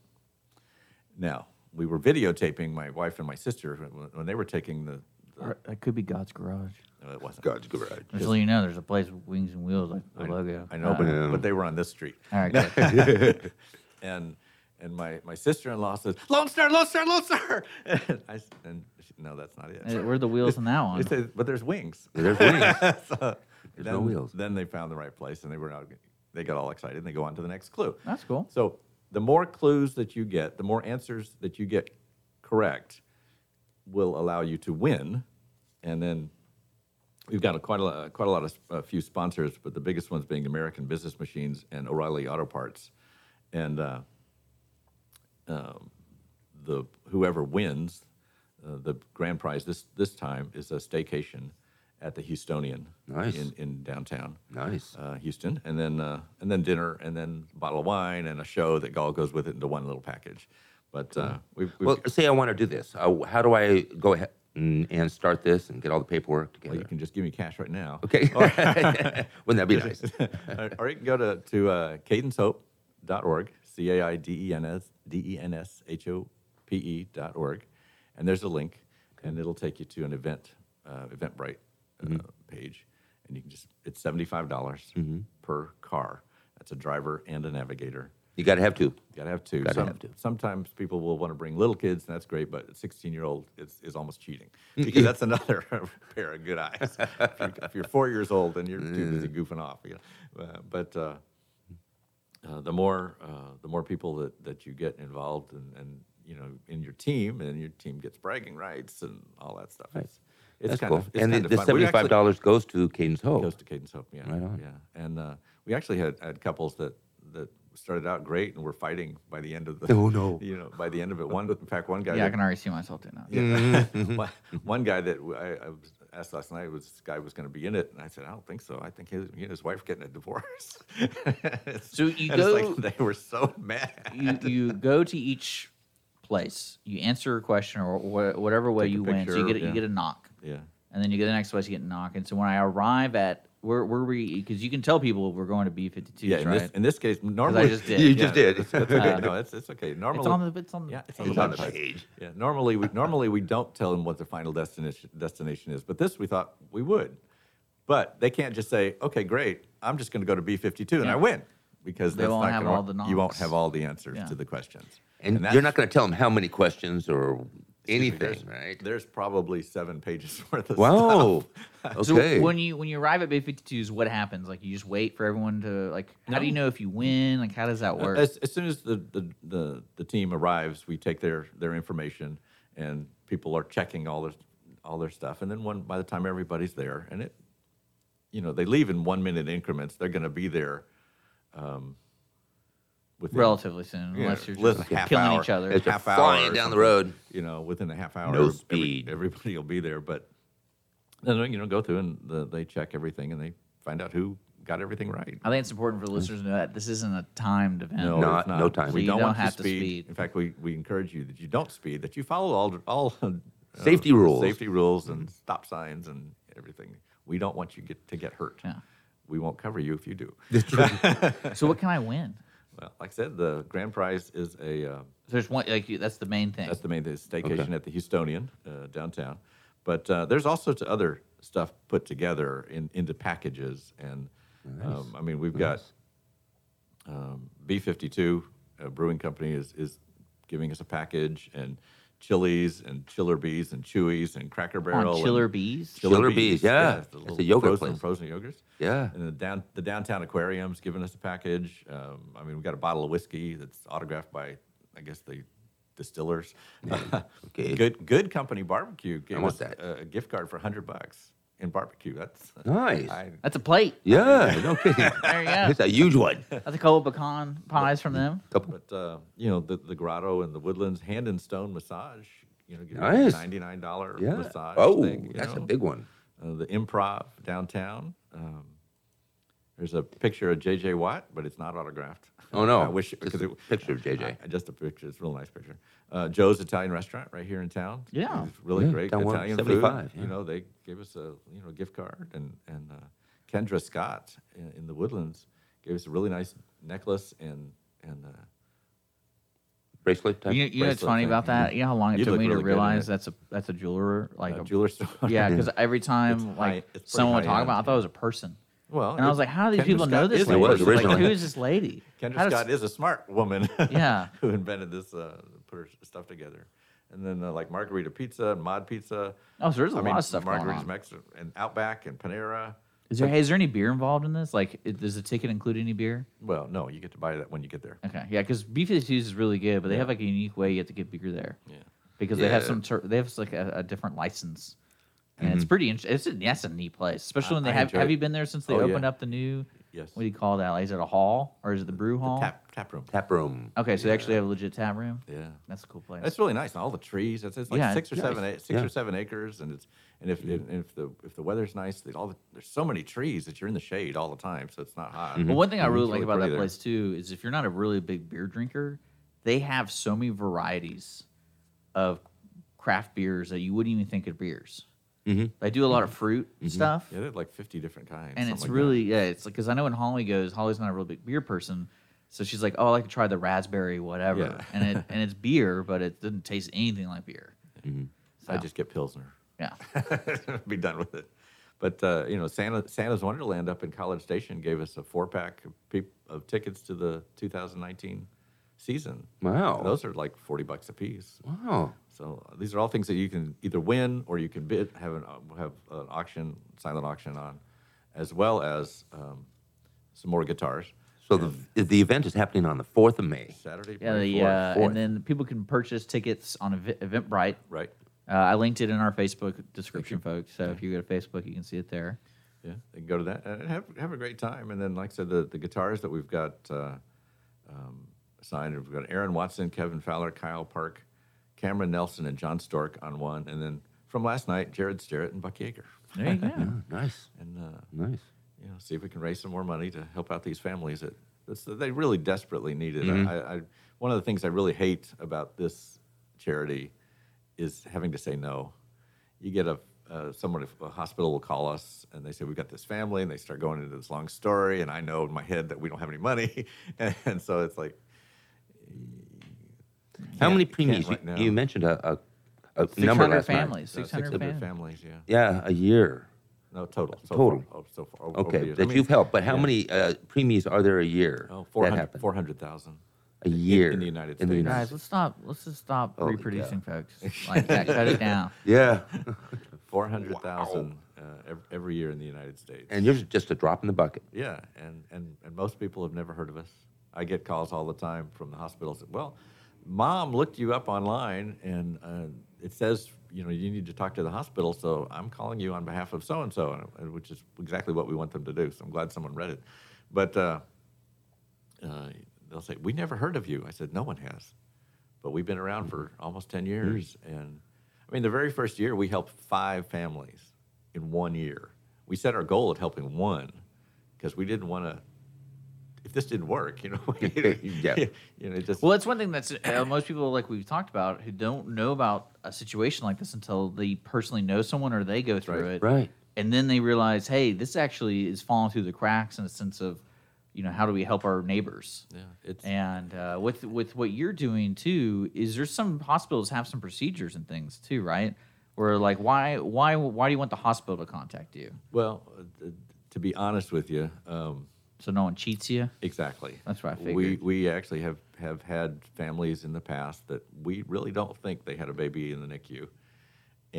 Now, we were videotaping my wife and my sister when when they were taking the. the
Or It could be God's Garage.
no, it wasn't.
God's garage.
Just so you know, there's a place with wings and wheels like Uh, the logo.
I know, but,
Yeah.
but they were on this street.
All right, good.
[laughs]
[laughs]
and and my, my sister in law says, Lone Star, Lone Star, Lone Star. [laughs] And I s- and she, no, that's not it.
Uh, Where are the wheels on that
They [laughs]
one?
said, but there's wings.
There's
[laughs]
wings.
So
There's
then,
no wheels.
Then they found the right place, and they were out. They got all excited, and they go on to the next clue.
That's cool.
So the more clues that you get, the more answers that you get correct, will allow you to win. And then we've got a, quite a lo- quite a lot of s- a few sponsors, but the biggest ones being American Business Machines and O'Reilly Auto Parts, and. Uh, um, the whoever wins uh, the grand prize this this time is a staycation at the Houstonian
Nice.
in, in downtown
Nice.
uh, Houston, and then uh, and then dinner, and then a bottle of wine, and a show that all goes with it into one little package. But uh, we've, we've
Well, say I want to do this. Uh, how do I go ahead and, and start this and get all the paperwork together?
well, you Oh. can just give me cash right now.
okay. [laughs] Wouldn't
[laughs]
that be nice?
or, or you can go to, to uh, cadencehope.org, C A I D E N S D E N S H O P E dot org, and there's a link, and it'll take you to an event, uh, Eventbrite uh,
Mm-hmm.
page, and you can just it's seventy five dollars per car. That's a driver and a navigator.
You got to have two.
You gotta have two.
Gotta have two.
Sometimes people will want to bring little kids, and that's great, but 16 year old is, is almost cheating because that's another [laughs] pair of good eyes. if, you're, if you're four years old and you're too busy
Mm.
goofing off, you know. Uh, but uh, uh, the more uh, the more people that, that you get involved and, and you know in your team, and your team gets bragging rights and all that stuff. It's, it's
That's
kind
cool.
of it's
and the,
kind of
the
fun. We've
seventy-five
actually-
dollars goes to Cadence Hope.
Goes to Cadence Hope, yeah,
Oh. Right on.
yeah. And uh, we actually had, had couples that that started out great and were fighting by the end of the.
Oh, no.
You know, by the end of it, one in fact, one guy.
Yeah, I
that-
can already see myself doing that.
[laughs] yeah.
Mm-hmm.
one, one guy that w- I, I was asked last night was this guy was going to be in it, and I said, I don't think so. I think his, he and his wife are getting a divorce. [laughs]
So you
And it's
go-
like they were so mad.
you
[laughs]
you go to each place, you answer a question or wha- whatever way
Take a
you win. So you
picture,
get a,
yeah.
you get a knock,
Yeah.
and then you go to the next place, you get knocked. And so when I arrive at where where we, because you can tell people we're going to B 52s
Yeah, in
right?
this, in this case, normally
just did.
Yeah,
You just did.
That's, that's
[laughs]
okay.
Uh,
no, that's it's okay. Normally,
it's on the it's on the
yeah,
It's
it's on
on
the
the
website.
page.
Yeah, normally we normally we don't tell them what the final destination destination is, but this we thought we would. But they can't just say, "Okay, great, I'm just going to go to B52 and
Yeah.
I win," because
They
that's
won't
not
have
gonna,
all the
you won't
knocks.
have all the answers
Yeah.
to the questions.
And
that's-
you're not going to tell them how many questions or anything, right?
There's probably seven pages [laughs] worth of
Wow.
stuff. [laughs]
So
Okay.
when you when you arrive at Bay 52s, what happens? Like you just wait for everyone to like. How do you know if you win? Like how does that work?
As, as soon as the, the, the, the team arrives, we take their, their information, and people are checking all their all their stuff. And then one by the time everybody's there, and it, you know, they leave in one minute increments. They're going to be there, um, within
Relatively soon, unless you're
less
just
half
killing
hour.
each other.
It's
half hour
flying
or
down the
something.
road.
you know, within a half hour,
No
every-
speed.
everybody will be there. But then you know, go through and the, they check everything, and they find out who got everything right.
I think it's important for the listeners to know that this isn't a timed event.
No,
No,
it's not.
no time. So
We
you
don't,
don't
want you
have to
speed.
speed.
In fact, we, we encourage you that you don't speed, that you follow all all uh,
Safety rules.
safety rules, and stop signs and everything. We don't want you get to get hurt.
Yeah.
We won't cover you if you do. [laughs]
So what can I win?
well, like I said, the grand prize is a uh,
So there's one like you, that's the main thing.
that's the main thing, staycation at the Houstonian uh, downtown. But uh, there's all sorts of other stuff put together in, into packages, and um, I mean we've got um, B52 uh, Brewing Company is is giving us a package, and Chili's and Chiller Bees and Chewies and Cracker Barrel.
on Chiller
and
Bees.
Chiller Bees, yeah.
it's the
It's a
little
yogurt
frozen,
place.
Frozen yogurts.
Yeah.
And the down the downtown aquarium's giving us a package. Um, I mean, we got a bottle of whiskey that's autographed by, I guess the distillers. [laughs]
okay.
Good Good Company Barbecue gave
I want
us
that.
A, a gift card for hundred bucks in barbecue. That's [laughs]
Nice.
I-
That's a plate.
yeah.
[laughs]
No kidding.
There you go.
[laughs] It's a huge one.
That's a couple pecan pies from them.
Couple.
but uh, you know the, the grotto and the woodlands hand and stone massage. You know, give you a
Nice.
ninety nine dollar
Yeah.
massage.
oh,
thing, you
that's a
know.
big one.
uh, the improv downtown. Um, there's a picture of J.J. Watt, but it's not autographed.
Oh, no.
[laughs] I wish
Just a picture of J.J..
I- just a picture. It's a real nice picture. Uh, Joe's Italian restaurant right here in town.
Yeah.
It's really
Yeah,
great
down one
Italian food.
75, yeah.
You know, they gave us a you know gift card, and and uh, Kendra Scott in, in the Woodlands gave us a really nice necklace and and. Uh,
Bracelet type.
You, you know what's
bracelet
funny
thing.
about that? You know how long it
You
took
look
me
really
to
good in
realize
it.
that's a that's a jeweler like
uh,
a
jeweler store.
[laughs]
Yeah,
[laughs]
because every time like
It's high- it's pretty
someone would
high
talk
end.
about, it, I thought it was a person.
Well,
and I was
it-
like, how do these
Kendra
people know
Scott
this?
is a
It was
lady? Like,
originally.
who is this lady? How
Kendra
does-
Scott is a smart woman. [laughs]
Yeah.
who invented this, uh, put her stuff together. And then uh, like Margarita Pizza and Mod Pizza.
Oh, so there's a
I
lot
mean,
of stuff going
Margarita's
on.
Mexican and Outback and Panera.
Is there hey, is there any beer involved in this? Like, i- does the ticket include any beer?
Well, no, you get to buy that when you get there.
Okay, yeah, because B 52s is really good, but they have like a unique way you have to get beer there. Yeah, because they have
Yeah.
some tur they have like a, a different license, and it's pretty interesting. It's a, that's a neat place, especially when they
Mm-hmm. I
have.
enjoy
Have
it.
you been there since they
Oh, yeah.
opened up the new?
Yes.
What do you call that? Like, is it a hall or is it the brew hall?
Tap tap room.
Tap room.
Okay, so they actually have a legit tap room.
Yeah.
That's a cool place.
That's really nice. And all the trees. It's, it's like
Yeah,
six or
it's
seven,
nice.
a- six
Yeah.
or seven acres, and it's and if and if the if the weather's nice, they all the, there's so many trees that you're in the shade all the time, so it's not hot.
Well, one thing I
Mhm.
really
It's
like
really
about that
pretty there.
place too is if you're not a really big beer drinker, they have so many varieties of craft beers that you wouldn't even think of beers.
Mm-hmm.
They do a lot of fruit stuff,
Yeah, they have like 50 different kinds.
and
something
it's
like that.
really yeah. It's like because I know when Holly goes, Holly's not a real big beer person, so she's like, "Oh, I like to try the raspberry whatever,"
Yeah.
and it and it's beer, but it doesn't taste anything like beer.
I just get pilsner.
Yeah,
[laughs] be done with it. But uh, you know, Santa, Santa's Wonderland up in College Station gave us a four pack of, peop- of tickets to the 2019 season.
Wow.
those are like 40 bucks a piece.
Wow.
So uh, these are all things that you can either win or you can bid, have an uh, have an auction, silent auction on, as well as um, some more guitars.
So the the event is happening on the fourth of May.
Saturday,
yeah. The,
24th,
uh,
fourth.
and then people can purchase tickets on Ev- Eventbrite.
right?
Uh, I linked it in our Facebook description, folks. So if you go to Facebook, you can see it there.
Yeah, they can go to that and have have a great time. And then, like I said, the, the guitars that we've got uh, um, signed, we've got Aaron Watson, Kevin Fowler, Kyle Park, Cameron Nelson, and John Stork on one. And then from last night, Jared Sterrett and Buck Yeager.
There you [laughs] go.
Oh, Nice.
And uh,
Nice.
you know, see if we can raise some more money to help out these families that that's, that they really desperately need it.
Mm-hmm.
I, I, one of the things I really hate about this charity is having to say no. You get a, uh, someone at a hospital will call us and they say we've got this family and they start going into this long story and I know in my head that we don't have any money [laughs] and, so it's like
How
can't-
many
can't
preemies?
right now.
you, you mentioned a, a, a number
600
last night.
families.
uh,
600 families.
600 families, yeah,
Yeah, a year.
no total, so
Total.
far, oh, so far, o- over the
Okay,
years.
that
I mean,
you've helped. But how many uh, preemies are there a year?
oh,
that
400
happen?
400,000.
a year
in the United
In the
States.
United
Guys, let's stop. Let's just stop
Holy
reproducing, folks. Like that. Cut it down.
Yeah,
[laughs] 400,000 uh, ev- every year in the United States.
and you're just a drop in the bucket.
yeah, and, and, and most people have never heard of us. I get calls all the time from the hospitals. That, well, mom looked you up online, and uh, it says you know you need to talk to the hospital. So I'm calling you on behalf of so and so, which is exactly what we want them to do. So I'm glad someone read it, but. Uh, uh, they'll say, "We never heard of you." I said, "No one has, but we've been around for almost ten years." And I mean, the very first year we helped five families in one year. We set our goal at helping one because we didn't want to. If this didn't work, you know, [laughs]
Yeah.
you know, it just
Well, that's one thing that's uh, most people, like we've talked about, who don't know about a situation like this until they personally know someone or they go through
Right.
it.
Right.
And then they realize, hey, this actually is falling through the cracks in a sense of, you know, how do we help our neighbors?
yeah, it's
And uh, with with what you're doing too, is there some hospitals have some procedures and things too, right? Where like why why why do you want the hospital to contact you?
well. uh, th- To be honest with you, um,
So no one cheats you.
Exactly.
That's what I
We
figured.
we actually have have had families in the past that we really don't think they had a baby in the NICU,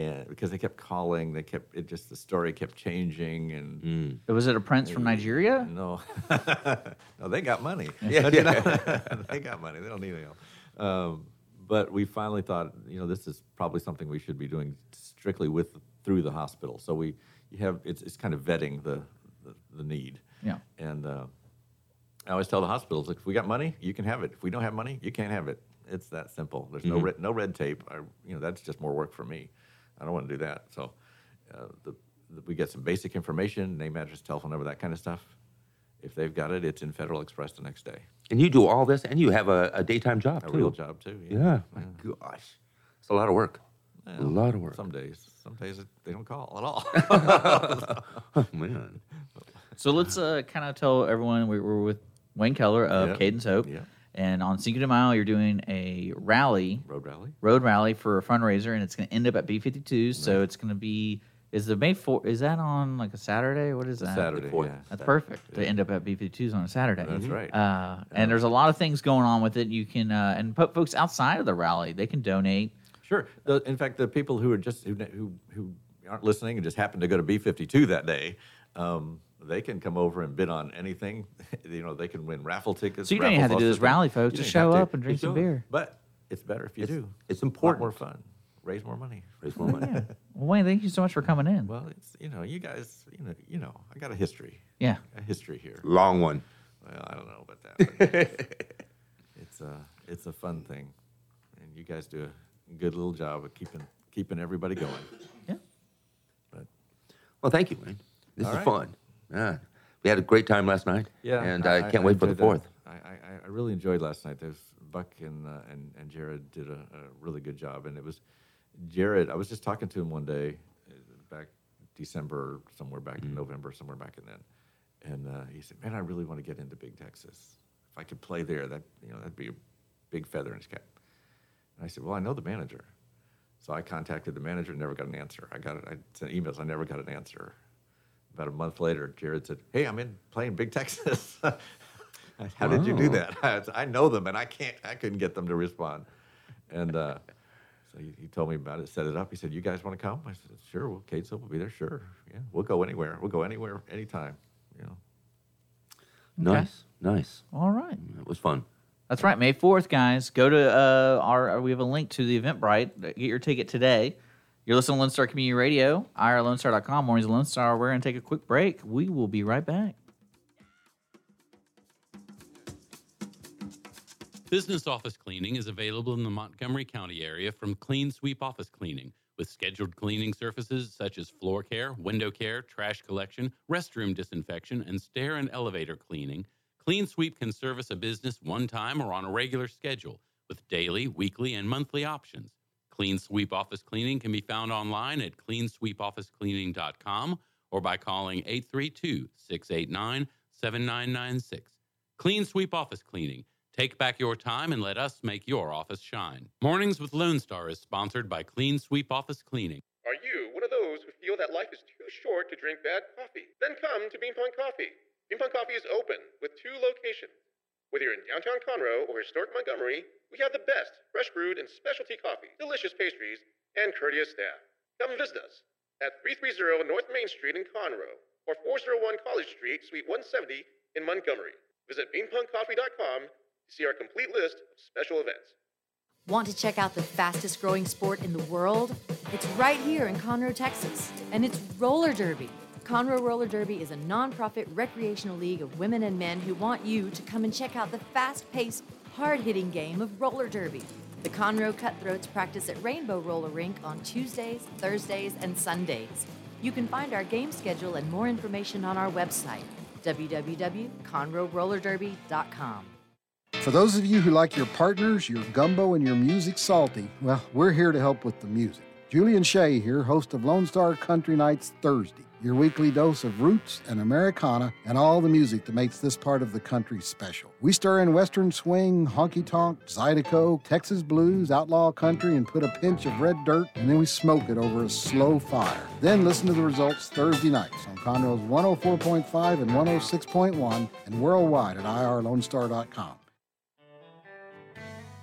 and because they kept calling, they kept it just the story kept changing and.
Was it a prince from Nigeria?
No, [laughs] no, they got money.
Yeah,
You know, [laughs] they got money. They don't need any help. Um, but we finally thought, you know, this is probably something we should be doing strictly with through the hospital. So we you have it's it's kind of vetting the the, the need.
Yeah.
And uh, I always tell the hospitals, if we got money, you can have it. If we don't have money, you can't have it. It's that simple. There's
Mm-hmm.
no red, no red tape. I, you know, that's just more work for me. I don't want to do that. So, uh, the, the, we get some basic information, name, address, telephone number, that kind of stuff. If they've got it, it's in Federal Express the next day.
And you do all this, and you have a, a daytime job
A
too.
real job too.
Yeah. My gosh, it's a lot of work. a lot of work.
Some [laughs] days, some days it, they don't call at all.
Oh, man.
So let's
Uh-huh.
uh, kind of tell everyone we, we're with Wayne Keller of
Yep.
Cadence Hope,
Yep.
and on Cinco de Mayo you're doing a rally,
Road rally.
[laughs] road rally for a fundraiser, and it's going to end up at B52. So it's going to be is the May 4 is that on like a Saturday? What is that?
Saturday.
fourth.
yeah.
That's perfect to end up at B52s on a Saturday.
That's right.
Uh, and there's a lot of things going on with it. You can uh, and po- folks outside of the rally they can donate.
[laughs] Sure. The, in fact, the people who are just who, who who aren't listening and just happen to go to B fifty two that day, um, they can come over and bid on anything. [laughs] you know, they can win raffle tickets.
So you don't even have
raffles,
to
all
do this
sorts of things.
rally, folks.
You
Just
don't even
show
have
up and drink
Just
some
show up.
beer.
But it's better if you
It's-
do.
it's
A lot
important.
More fun. Raise more money.
Raise more money.
Well, Wayne, thank you so much for coming in.
[laughs] Well, it's you know, you guys, you know, you know, I got a history,
yeah.
a history here.
Long
[laughs]
one.
Well, I don't know about that. but it's a it's a fun thing, and you guys do a good little job of keeping keeping everybody going.
Yeah.
But
Well, thank you, man. This
All
is
right.
fun. Yeah. We had a great time last night. And I, can't wait for the
enjoyed
fourth.
that. I, I, I really enjoyed last night. There's Buck and, uh, and and Jared did a, a really good job, and it was Jared. I was just talking to him one day, uh, back December, somewhere back
Mm-hmm.
in November, somewhere back in then, and uh, he said, "Man, I really want to get into Big Texas. If I could play there, that you know that'd be a big feather in his cap." And I said, "Well, I know the manager." So I contacted the manager, never got an answer. I got it. I sent emails, I never got an answer. About a month later, Jared said, "Hey, I'm in playing Big Texas." [laughs] I said, How did you do that? I, said, "I know them, and I can't. I couldn't get them to respond. And uh, [laughs] so he, he told me about it, set it up. He said, "You guys want to come?" I said, "Sure. Well, Kate will be there. Sure. Yeah, we'll go anywhere. We'll go anywhere, anytime. You know."
Nice. Nice.
All right.
It was fun.
That's right, May fourth, guys. Go to uh, our. We have a link to the Eventbrite. Get your ticket today. You're listening to Lone Star Community Radio, irlonestar.com, Mornings of Lone Star. We're going to take a quick break. We will be right back.
Business office cleaning is available in the Montgomery County area from Clean Sweep Office Cleaning, with scheduled cleaning services such as floor care, window care, trash collection, restroom disinfection, and stair and elevator cleaning. Clean Sweep can service a business one time or on a regular schedule with daily, weekly, and monthly options. Clean Sweep Office Cleaning can be found online at cleansweepofficecleaning.com or by calling 832 689 7996. Clean Sweep Office Cleaning. Take back your time and let us make your office shine. Mornings with Lone Star is sponsored by Clean Sweep Office Cleaning.
Are you one of those who feel that life is too short to drink bad coffee? Then come to Beanpond Coffee. Beanpond Coffee is open with two locations. Whether you're in downtown Conroe or historic Montgomery, we have the best fresh brewed and specialty coffee, delicious pastries, and courteous staff. Come visit us at 330 North Main Street in Conroe or 401 College Street, Suite 170 in Montgomery. Visit beanpondcoffee.com to see our complete list of special events.
Want to check out the fastest growing sport in the world? It's right here in Conroe, Texas, and it's roller derby. Conroe Roller Derby is a nonprofit recreational league of women and men who want you to come and check out the fast paced, hard hitting game of roller derby. The Conroe Cutthroats practice at Rainbow Roller Rink on Tuesdays, Thursdays, and Sundays. You can find our game schedule and more information on our website, www.conroerollerderby.com.
For those of you who like your partners, your gumbo, and your music salty, well, we're here to help with the music. Julian Shea here, host of Lone Star Country Nights Thursday, your weekly dose of roots and Americana and all the music that makes this part of the country special. We stir in Western swing, honky tonk, Zydeco, Texas blues, outlaw country, and put a pinch of red dirt, and then we smoke it over a slow fire. Then listen to the results Thursday nights on Conroe's 104.5 and 106.1 and worldwide at irlonestar.com.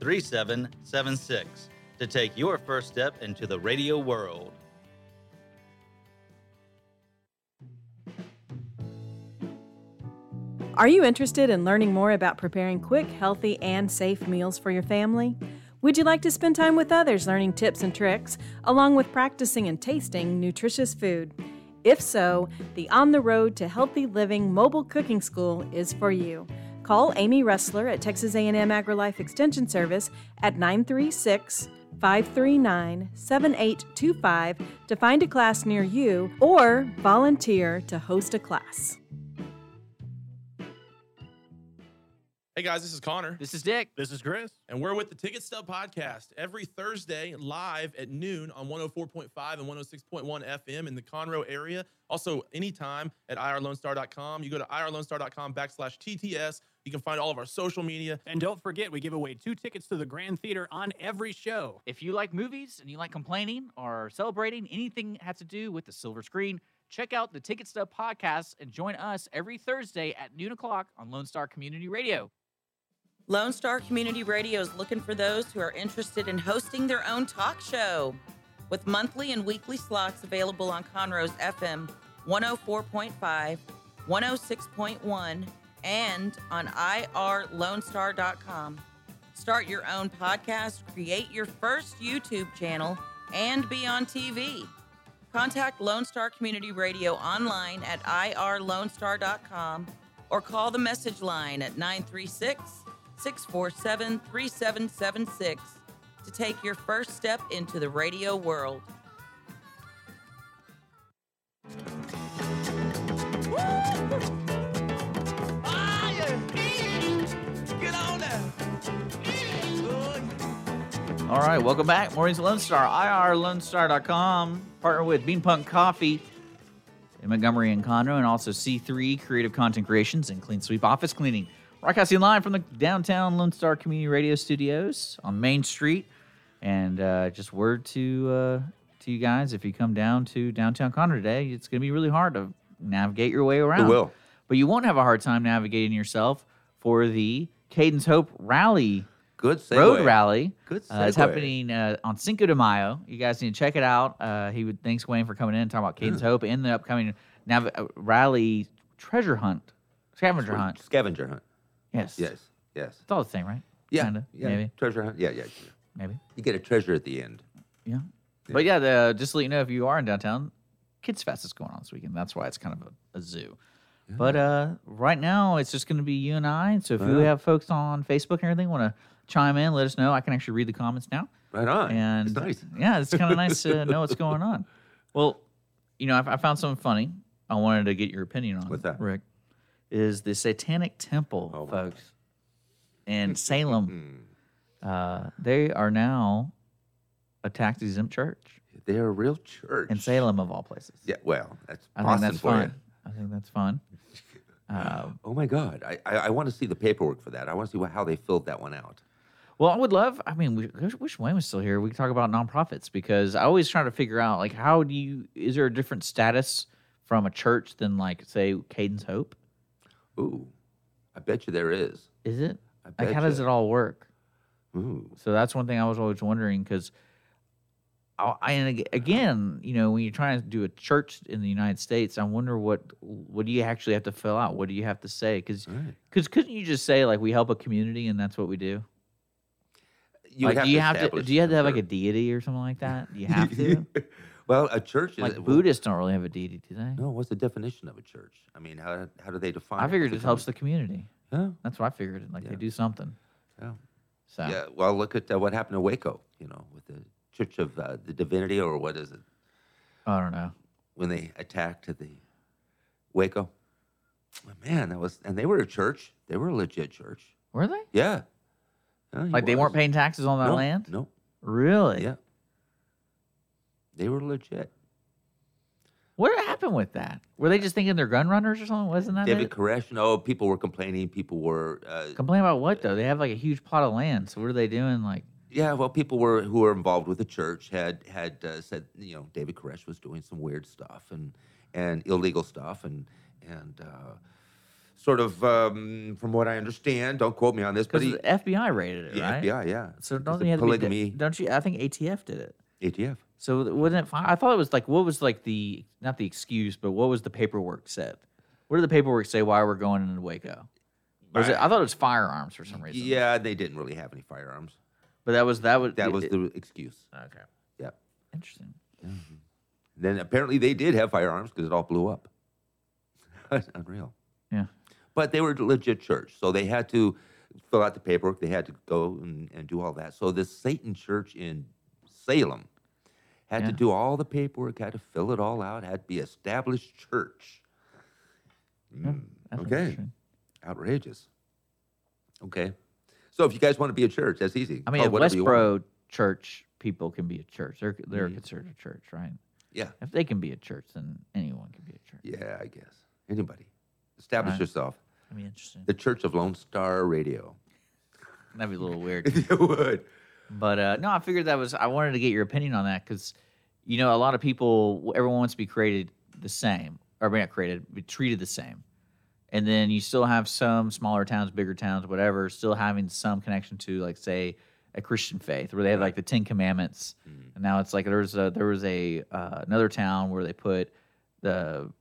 3776 to take your first step into the radio world.
Are you interested in learning more about preparing quick, healthy, and safe meals for your family? Would you like to spend time with others learning tips and tricks, along with practicing and tasting nutritious food? If so, the On the Road to Healthy Living Mobile Cooking School is for you. Call Amy Ressler at Texas A&M AgriLife Extension Service at 936-539-7825 to find a class near you or volunteer to host a class.
Hey guys, this is Connor.
This is Dick.
This is Chris.
And we're with the Ticket Stub Podcast every Thursday live at noon on 104.5 and 106.1 FM in the Conroe area. Also, anytime at irlonestar.com. You go to irlonestar.com backslash TTS. You can find all of our social media.
And don't forget, we give away two tickets to the Grand Theater on every show.
If you like movies and you like complaining or celebrating anything that has to do with the silver screen, check out the Ticket Stub Podcast and join us every Thursday at noon o'clock on Lone Star Community Radio.
Lone Star Community Radio is looking for those who are interested in hosting their own talk show. With monthly and weekly slots available on Conroe's FM 104.5, 106.1, and on irlonestar.com. Start your own podcast, create your first YouTube channel, and be on TV. Contact Lone Star Community Radio online at irlonestar.com or call the message line at 936- 647 3776 to take your first step into the radio world.
All right, welcome back. Mornings with Lone Star, irlonestar.com. Partner with Beanpunk Coffee in Montgomery and Conroe, and also C3 Creative Content Creations and Clean Sweep Office Cleaning. Broadcasting live from the downtown Lone Star Community Radio Studios on Main Street. And uh, just word to uh, to you guys, if you come down to downtown Conroe today, it's going to be really hard to navigate your way around.
It will.
But you won't have a hard time navigating yourself for the Cadence Hope Rally
Good segue.
Road Rally.
Good
Uh, it's
segue.
happening uh, on Cinco de Mayo. You guys need to check it out. Uh, he would thanks Wayne for coming in and talking about Cadence Hope and the upcoming nav- uh, rally treasure hunt, scavenger hunt.
Scavenger hunt.
Yes.
Yes. Yes.
It's all the same, right?
Yeah.
Kinda,
yeah.
Maybe.
Treasure hunt. Yeah, yeah. yeah.
Maybe.
You get a treasure at the end.
Yeah. But yeah, the, just to let you know, if you are in downtown, Kids Fest is going on this weekend. That's why it's kind of a, a zoo. But uh, right now, it's just going to be you and I. So if you
Yeah.
have folks on Facebook and everything want to chime in, let us know. I can actually read the comments now.
Right on.
And
it's nice.
yeah, it's kind of nice to know what's going on. [laughs] Well, you know, I, I found something funny. I wanted to get your opinion on
What's that?
Rick. Is the Satanic Temple, folks, [laughs] in Salem? uh, they are now a tax exempt church
They're a real church.
in Salem, of all places.
Yeah, well, that's
I
Boston
think that's
for you.
fun. I think that's [laughs] fun. Uh,
Oh my God, I, I, I want to see the paperwork for that. I want to see wh- how they filled that one out.
Well, I would love. I mean, we, I wish Wayne was still here. We could talk about nonprofits because I always try to figure out like how do you is there a different status from a church than like say Cadence Hope?
Ooh, I bet you there is.
Is it
I
like
bet
how does
ya.
it all work?
Ooh,
So that's one thing I was always wondering because I, I and ag- again, you know, when you're trying to do a church in the United States, I wonder what what do you actually have to fill out? What do you have to say? Because
all right.
couldn't you just say like we help a community and that's what we do?
You
like,
would have
do you
to
have to
establish
do you have to have like a
[laughs] church.
deity or something like that?
[laughs]
Do you have to?
well, a church is
like
well,
Buddhists don't really have a deity, do they?
No, what's the definition of a church? I mean, how how do they define?
I
it?
figured
Is
it helps the community.
Yeah,
That's what I figured. Like they
Yeah.
do something.
yeah.
So
Yeah, well, look at uh, what happened to Waco, you know, with the Church of uh, the Divinity, or what is it,
I don't know.
when they attacked the Waco. Oh, Man, that was, and they were a church. They were a legit church.
Were they?
Yeah. Yeah, he
Like they weren't
was.
paying taxes on that
no,
land?
No,
Really?
yeah. They were legit.
What happened with that? Were they just thinking they're gun runners or something? Wasn't that
David
it?
Koresh, no, oh, people were complaining. People were, uh,
Complain about what though? They have like a huge plot of land. So what are they doing? Like
yeah, well, people were who were involved with the church had had uh, said, you know, David Koresh was doing some weird stuff and and illegal stuff and and uh, sort of, um, from what I understand, don't quote me on this, but
because
he,
the FBI raided it,
the
right?
FBI, yeah.
So
It's
don't
a
you have to be-
polygamy
don't you? I think ATF did it.
ATF?
So th- wasn't it fine? I thought it was like what was like the not the excuse, but what was the paperwork said? What did the paperwork say why we're going into Waco? Or Was it, I thought it was firearms for some reason.
Yeah, they didn't really have any firearms.
but that was that was
That
it-
was
it-
the excuse.
okay.
Yeah.
Interesting.
Then apparently they did have firearms because it all blew up. [laughs] That's unreal.
Yeah.
But they were a legit church, so they had to fill out the paperwork. They had to go and, and do all that. So this Satan church in Salem had
Yeah.
to do all the paperwork, had to fill it all out, had to be established church. Mm,
That's
okay,
interesting.
outrageous. Okay, so if you guys want to be a church, that's easy.
I mean,
Call
at
whatever you want. Mm-hmm.
Westboro church people can be a church. They're they're considered a church, right?
Yeah,
If they can be a church, then anyone can be a church.
yeah, I guess anybody establish
Right.
yourself.
That'd be interesting.
The Church of Lone Star Radio. [laughs]
That'd be a little weird.
If you would.
But uh, no, I figured that was. I wanted to get your opinion on that because, you know, a lot of people, everyone wants to be created the same, or not created, be treated the same. And then you still have some smaller towns, bigger towns, whatever, still having some connection to, like, say, a Christian faith where they have like the Ten Commandments. And now it's like there was a, there was a uh, another town where they put the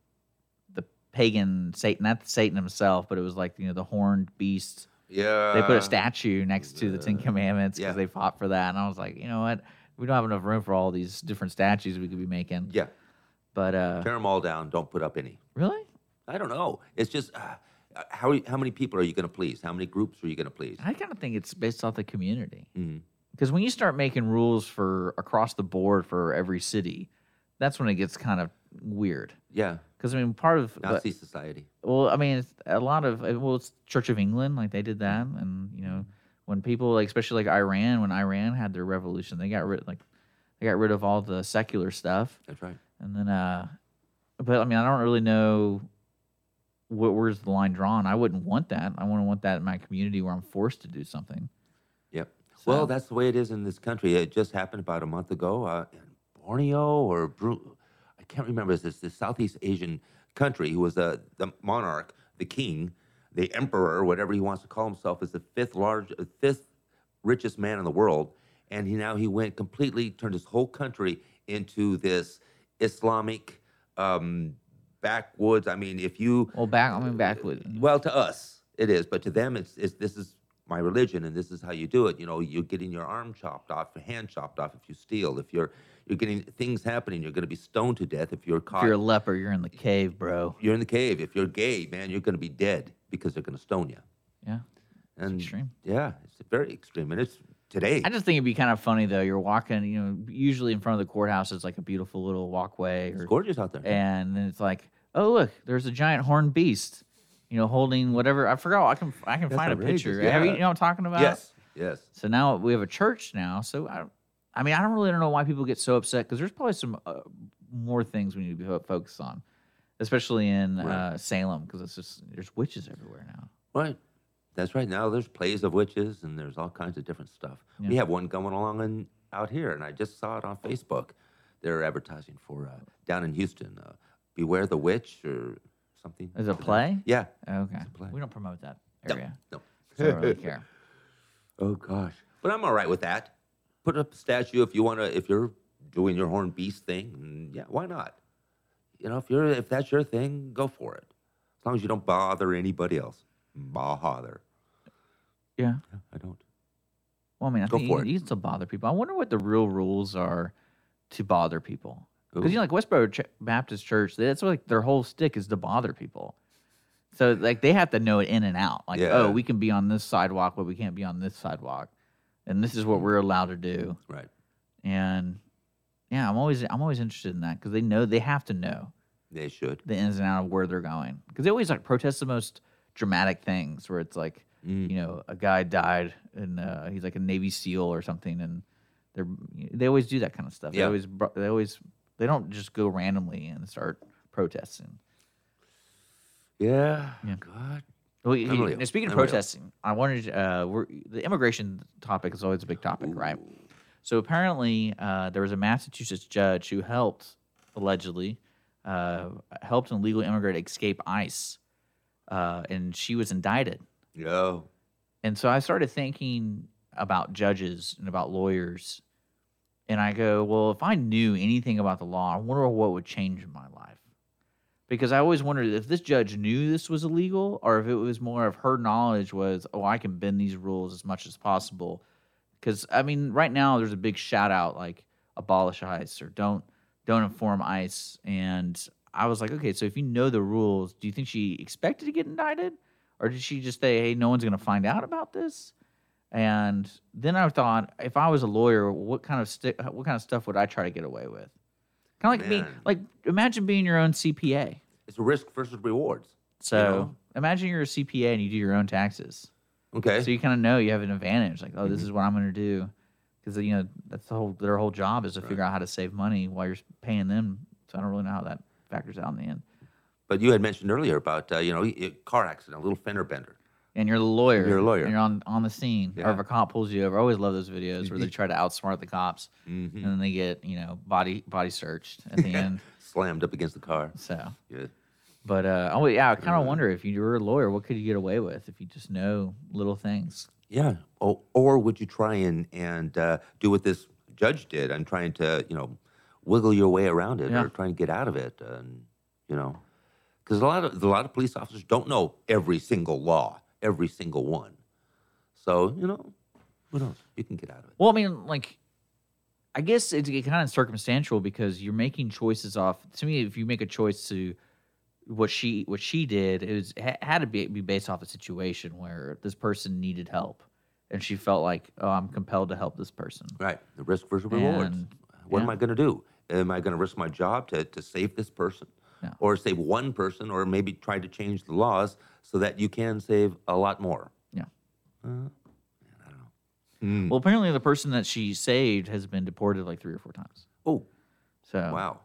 the pagan Satan, not Satan himself, but it was like you know the horned beast
Yeah.
they put a statue next to the Ten Commandments because
Um, uh, yeah.
they fought for that. And I was like, you know what? We don't have enough room for all these different statues we could be making.
Yeah.
But uh,
Tear them all down. Don't put up any.
really,
I don't know. It's just uh, uh, how how many people are you going to please? How many groups are you going to please?
I kind of think it's based off the community.
Mhm.
Because when you start making rules for across the board for every city, that's when it gets kind of weird.
Yeah.
Because I mean, part of the-
Nazi society.
Well, I mean, it's a lot of uh, well, it's Church of England, like they did
Mm-hmm.
that, and you know, when people like, especially like Iran, when Iran had their revolution, they got rid like they got rid of all the secular stuff,
That's right.
and then uh, but I mean, I don't really know what where's the line drawn. I wouldn't want that. I wouldn't want that in my community where I'm forced to do something.
Yep.
So-
Well, that's the way it is in this country. It just happened about a month ago uh, in Borneo or Bru- I can't remember. It's this this Southeast Asian country who was the the monarch, the king, the emperor, whatever he wants to call himself, is the fifth large, uh, fifth richest man in the world, and he now he went completely turned his whole country into this Islamic um, backwoods. I mean, if you
Well, back I mean, back with
well, to us it is, but to them it's, it's this is my religion and this is how you do it. You know, you're getting your arm chopped off, your hand chopped off if you steal. If you're you're getting things happening, you're going to be stoned to death if you're caught.
If you're a leper, you're in the cave, bro.
You're in the cave. If you're gay, man, you're going to be dead because they're going to stone you.
Yeah.
And
extreme.
Yeah, it's very extreme, and it's today.
I just think it'd be kind of funny though. You're walking, you know, usually in front of the courthouse is like a beautiful little walkway,
it's
or,
gorgeous out there.
and then it's like, oh look, there's a giant horned beast, you know, holding whatever. I forgot. I can I can
That's
find a
outrageous,
picture. Have you,
yeah.
you know what I'm talking about?
yes, yes.
So now we have a church now. So I, I mean, I don't really don't know why people get so upset because there's probably some uh, more things we need to be fo- focused on, especially in
Right.
uh, Salem because it's just there's witches everywhere now.
Right. That's right. Now there's plays of witches and there's all kinds of different stuff. We
Yeah.
have one going along in, out here, and I just saw it on Facebook. They're advertising for uh, down in Houston, uh, Beware the Witch or something.
Is it a
to that-
play?
Yeah.
Okay,
a play.
we don't promote that [laughs]
No,
area.
no.
so I don't really care.
Oh gosh. But I'm all right with that. Put up a statue if you want to. If you're doing your horn beast thing, and yeah, why not? You know, if you're if that's your thing, go for it. As long as you don't bother anybody else. Bother.
Yeah.
Yeah, I don't.
Well, I mean, I
Go
think
for
you,
it.
you can still bother people. I wonder what the real rules are to bother people. Because
Ooh.
you know, like Westboro Ch- Baptist Church, that's like their whole stick is to bother people. So like they have to know it in and out. Like,
Yeah.
oh, we can be on this sidewalk, but we can't be on this sidewalk, and this is
Hmm.
what we're allowed to do.
Right.
And yeah, I'm always I'm always interested in that because they know they have to know
They should.
the ins and out of where they're going because they always like protest the most dramatic things where it's like
Mm.
you know a guy died and uh, he's like a Navy SEAL or something and they're they always do that kind of stuff. They
Yeah.
always bro- they always they don't just go randomly and start protesting.
Yeah.
Yeah.
God.
Well, you-
Unreal.
now, speaking of
Unreal.
protesting, I wanted uh, we're, the immigration topic is always a big topic, right? So apparently, uh, there was a Massachusetts judge who helped allegedly uh, helped an illegal immigrant escape ICE, uh, and she was indicted.
Yo.
And so I started thinking about judges and about lawyers, and I go, well, if I knew anything about the law, I wonder what would change in my life. Because I always wondered if this judge knew this was illegal, or if it was more of her knowledge was, oh, I can bend these rules as much as possible. Because I mean, right now there's a big shout out like abolish ICE or don't don't inform ICE, and I was like, okay, so if you know the rules, do you think she expected to get indicted, or did she just say, hey, no one's going to find out about this? And then I thought, if I was a lawyer, what kind of sti- what kind of stuff would I try to get away with? Kind of like being
Man.
like imagine being your own CPA.
It's risk versus rewards.
So
know?
imagine you're a CPA and you do your own taxes.
Okay. Mm-hmm.
So you kind of know you have an advantage. Like, oh, this is what I'm going to do, because you know that's the whole their whole job is to figure out how to save money while you're paying them. So I don't really know how that factors out in the end.
but you had mentioned earlier about uh, you know y- y- car accident, a little fender bender.
And you're the lawyer.
You're a lawyer.
And you're on on the scene. Or if a cop pulls you over, I always love those videos
Mm-hmm.
where they try to outsmart the cops, and then they get you know body body searched at
[laughs]
the end.
Slammed up against the car.
So.
Yeah.
But uh, oh yeah, I kind of wonder if you were a lawyer, what could [laughs] you get away with if you just know little things?
Yeah. Or, or would you try and and uh, do what this judge did and trying to you know wiggle your way around it
Yeah.
or try and get out of it and you know because a lot of a lot of police officers don't know every single law, every single one. So you know, who knows? You can get out of it.
Well, I mean, like, I guess it's kind of circumstantial because you're making choices off. To me, if you make a choice to what she what she did, it was ha- had to be, be based off a situation where this person needed help, and she felt like, oh, I'm compelled to help this person.
Right. The risk versus rewards.
And-
what am
yeah.
I going to do? Am I going to risk my job to, to save this person
Yeah.
or save one person or maybe try to change the laws so that you can save a lot more?
Yeah.
Mm.
Well, apparently, the person that she saved has been deported like three or four times.
Oh,
So
wow.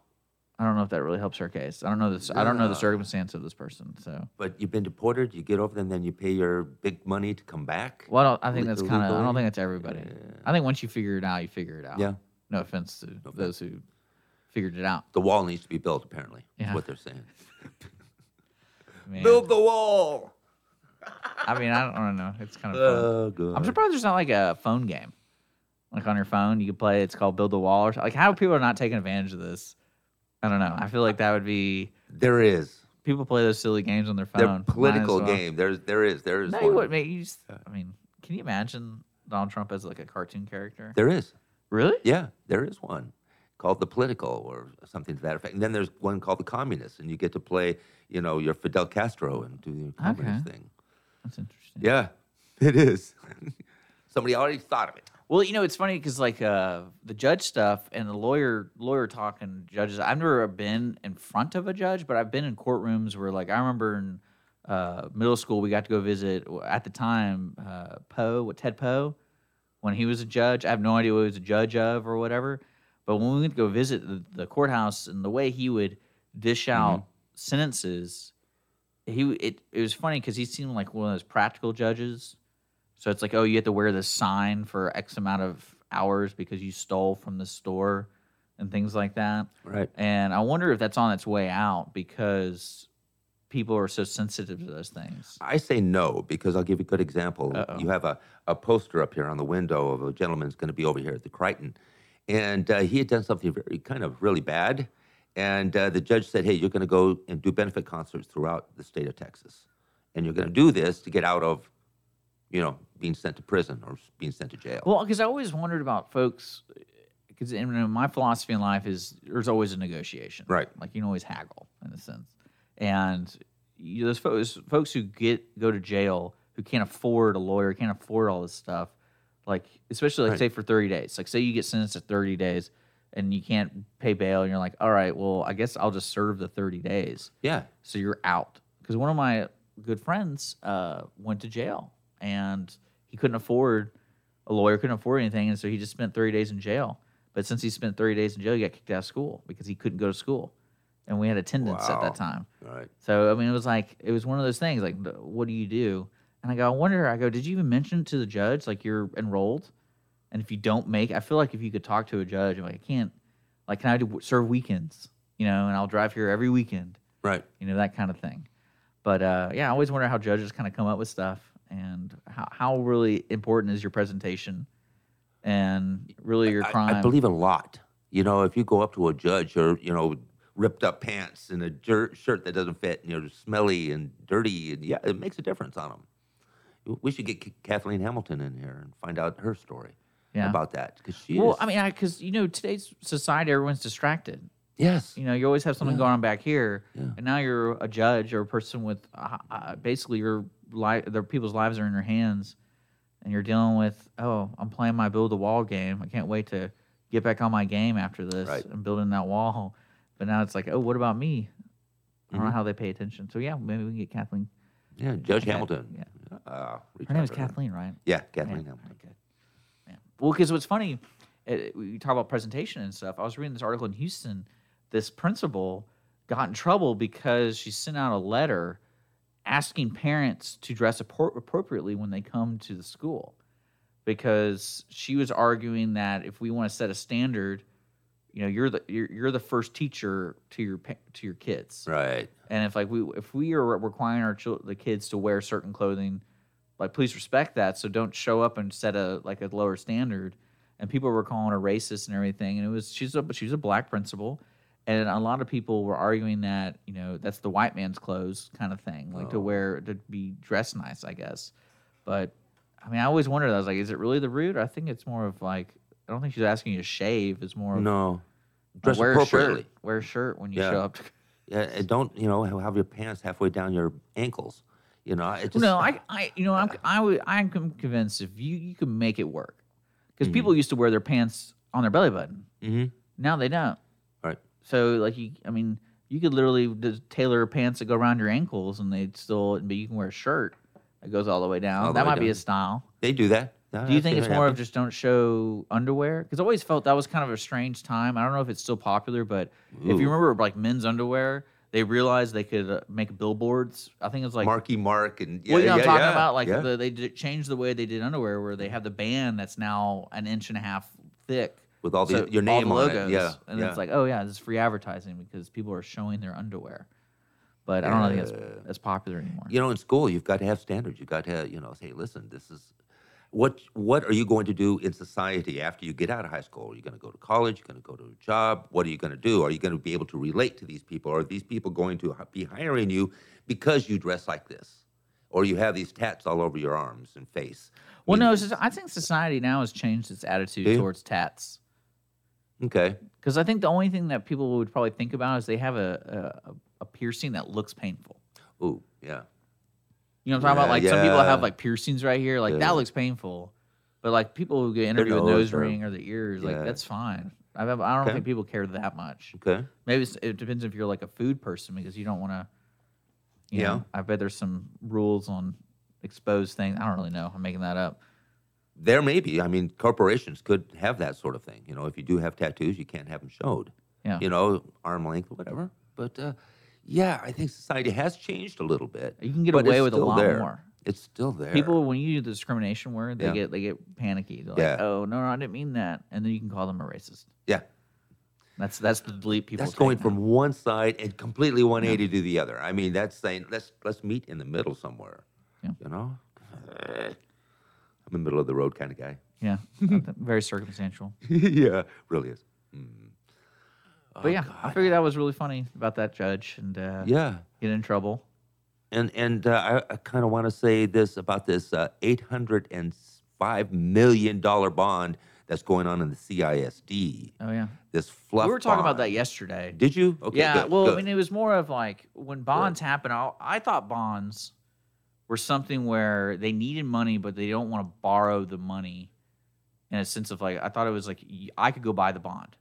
I don't know if that really helps her case. I don't know this. I don't know the
Yeah.
circumstance of this person. So.
But you've been deported, you get over, and then you pay your big money to come back.
Well, I, don't, I think
Le-
that's kind of. I don't
legally?
think that's everybody. I think once you figure it out, you figure it out.
Yeah.
No offense to those who figured it out.
The wall needs to be built, apparently.
Yeah.
Is what
[laughs]
they're saying.
Man,
Build the wall.
[laughs] I mean, I don't, I don't know. It's kind of fun.
Oh, good.
Uh, I'm surprised there's not like a phone game, like on your phone you can play. It's called Build the Wall. Or, so- like how people are not taking advantage of this. I don't know. I feel like that would be
There is.
people play those silly games on their phone.
They're
Might as
political
well.
game. There's, there is. There is.
No,
one.
you wouldn't. Make, you just, I mean, Can you imagine Donald Trump as like a cartoon character?
There is.
Really?
Yeah, there is one called the political or something to that effect. And then there's one called the communist, and you get to play, you know, your Fidel Castro and do your communist thing.
That's interesting.
Yeah, [laughs] it is. [laughs] Somebody already thought of it.
Well, you know, it's funny because like uh, the judge stuff and the lawyer lawyer talk and judges. I've never been in front of a judge, but I've been in courtrooms where like I remember in uh, middle school we got to go visit w- at the time uh, Poe, what Ted Poe, when he was a judge. I have no idea what he was a judge of or whatever. But when we went to go visit the, the courthouse and the way he would dish out sentences, he it it was funny because he seemed like one of those practical judges. So it's like, oh, you have to wear this sign for X amount of hours because you stole from the store and things like that.
Right.
And I wonder if that's on its way out because people are so sensitive to those things.
I say no because I'll give you a good example.
Uh-oh.
You have a, a poster up here on the window of a gentleman's going to be over here at the Crichton. And uh, he had done something very kind of really bad. And uh, the judge said, hey, you're going to go and do benefit concerts throughout the state of Texas. And you're going to do this to get out of, you know, being sent to prison or being sent to jail.
Well, because I always wondered about folks, because my philosophy in life is there's always a negotiation.
Right.
Like you can always haggle in a sense. And you, those folks, folks who get go to jail who can't afford a lawyer, can't afford all this stuff, like especially like
Right.
say for 30 days. Like say you get sentenced to 30 days and you can't pay bail and you're like, all right, well, I guess I'll just serve the 30 days
yeah.
so you're out. Because one of my good friends uh, went to jail and he couldn't afford a lawyer, couldn't afford anything, and so he just spent 30 days in jail. But since he spent 30 days in jail, he got kicked out of school because he couldn't go to school, and we had attendance at
Wow.
that time.
All right.
So I mean, it was like it was one of those things. Like, th- what do you do? And I go, I wonder. I go, did you even mention to the judge like you're enrolled? And if you don't make, I feel like if you could talk to a judge, I'm like, I can't. Like, can I do, serve weekends? You know, and I'll drive here every weekend
Right.
you know that kind of thing but uh, yeah i always wonder how judges kind of come up with stuff and how, how really important is your presentation and really your
I-
crime
I, believe a lot. You know, if you go up to a judge, or you know, ripped up pants and a jer- shirt that doesn't fit, and you're smelly and dirty, and yeah, it makes a difference on them. We should get K- Kathleen Hamilton in here and find out her story
Yeah.
about that because she
well
is.
i mean because you know today's society everyone's distracted
yes,
you know you always have something going on back here
Yeah.
and now you're a judge or a person with uh, uh, basically your life their people's lives are in your hands and you're dealing with oh i'm playing my build a wall game i can't wait to get back on my game after this
Right.
and building that wall but now it's like oh what about me i
Mm-hmm.
don't know how they pay attention so yeah maybe we can get kathleen
yeah, Judge
Yeah,
Hamilton.
yeah.
Uh, reach
her name
out
is
to her.
kathleen right
Yeah,
Yeah,
Kathleen
all
Hamilton.
right, good. Yeah. Well, because what's funny, it, we talk about presentation and stuff. I was reading this article in Houston. This principal got in trouble because she sent out a letter asking parents to dress appro- appropriately when they come to the school, because she was arguing that if we want to set a standard, you know, you're the you're, you're the first teacher to your pa- to your kids,
Right.
and if like we if we are requiring our chil- the kids to wear certain clothing, like please respect that. So don't show up and set a like a lower standard. And people were calling her racist and everything. And it was she's a she's a black principal, and a lot of people were arguing that you know that's the white man's clothes kind of thing, like to
Oh.
wear to be dressed nice, I guess. But I mean, I always wondered. I was like, is it really the root? I think it's more of like I don't think she's asking you to shave. It's more of
No,
like,
dress
wear a
appropriately.
shirt, wear a shirt when you
Yeah.
show up. To-
Yeah, and don't you know have your pants halfway down your ankles. You know, it just,
no, I, I, you know, I'm, I would, I'm con- convinced if you, you can make it work, because
Mhm.
people used to wear their pants on their belly button.
hmm
Now they don't.
Right.
So like you, I mean, you could literally d- tailor pants that go around your ankles, and they'd still, but you can wear a shirt that goes all the way down.
All the
that
way
might be a
down.
style.
They do that.
Do you think it's more of just don't show underwear? Because I always felt that was kind of a strange time. I don't know if it's still popular, but if you
Ooh.
remember like men's underwear, they realized they could uh, make billboards. I think it was like
Marky Mark and yeah,
well, you know
yeah,
what I'm talking
yeah,
about? Like
yeah.
the, they did, changed the way they did underwear, where they have the band that's now an inch and a half thick.
with all the
so
your
all
name
the
on
logos,
it. Yeah,
and
yeah.
it's like, oh yeah, this is free advertising because people are showing their underwear. But I don't know think
Yeah.
that's as popular anymore.
you know, in school, you've got to have standards. You've got to, have, you know, say, listen, this is what what are you going to do in society after you get out of high school? Are you going to go to college? Are you going to go to a job? What are you going to do? Are you going to be able to relate to these people? Are these people going to h- be hiring you because you dress like this? or you have these tats all over your arms and face.
Well, no, it's just- I think society now has changed its attitude
Do you?
towards tats.
Okay.
Because I think the only thing that people would probably think about is they have a, a, a piercing that looks painful.
Ooh, yeah.
You know what I'm talking about? Like
Yeah,
some people
yeah.
have like piercings right here, like
Yeah.
that looks painful. But like people who get interviewed with nose
nose or-
ring or the ears, like
Yeah.
that's fine. I, don't- I don't
Okay.
think people care that much.
Okay.
Maybe it's, it depends if you're like a food person because you don't want to.
Yeah.
yeah. I bet there's some rules on exposed things. I don't really know. I'm making that up.
There may be. I mean, corporations could have that sort of thing. You know, if you do have tattoos, you can't have them showed.
Yeah.
You know, arm length, whatever. But uh, yeah, I think society has changed a little bit.
You can get
but
away
it's
with a
still
lot
there.
more.
It's still there.
People, when you do the discrimination word, they
Yeah.
get they get panicky. They're like,
Yeah.
"Oh no, no, I didn't mean that," and then you can call them a racist.
Yeah.
That's that's the bleep people.
That's
take
going
now.
from one side and completely 180 to the other. I mean, that's saying let's let's meet in the middle somewhere.
Yeah.
You know, I'm a middle of the road kind of guy. [laughs]
yeah, very circumstantial.
yeah, really is. Hmm.
But yeah, I figured that was really funny about that judge and uh,
Oh, Yeah.
get in trouble.
And and uh, I, I kind of want to say this about this uh, 805 million dollar bond that's going on in the CISD.
Oh yeah,
This fluff.
we were talking about
bond.
that yesterday.
Did you? Okay.
yeah,
good,
well,
good.
I mean, it was more of like when bonds happen. I, I thought bonds were something where they needed money, but they don't want to borrow the money. In a sense of like, I thought it was like y- I could go buy the bond.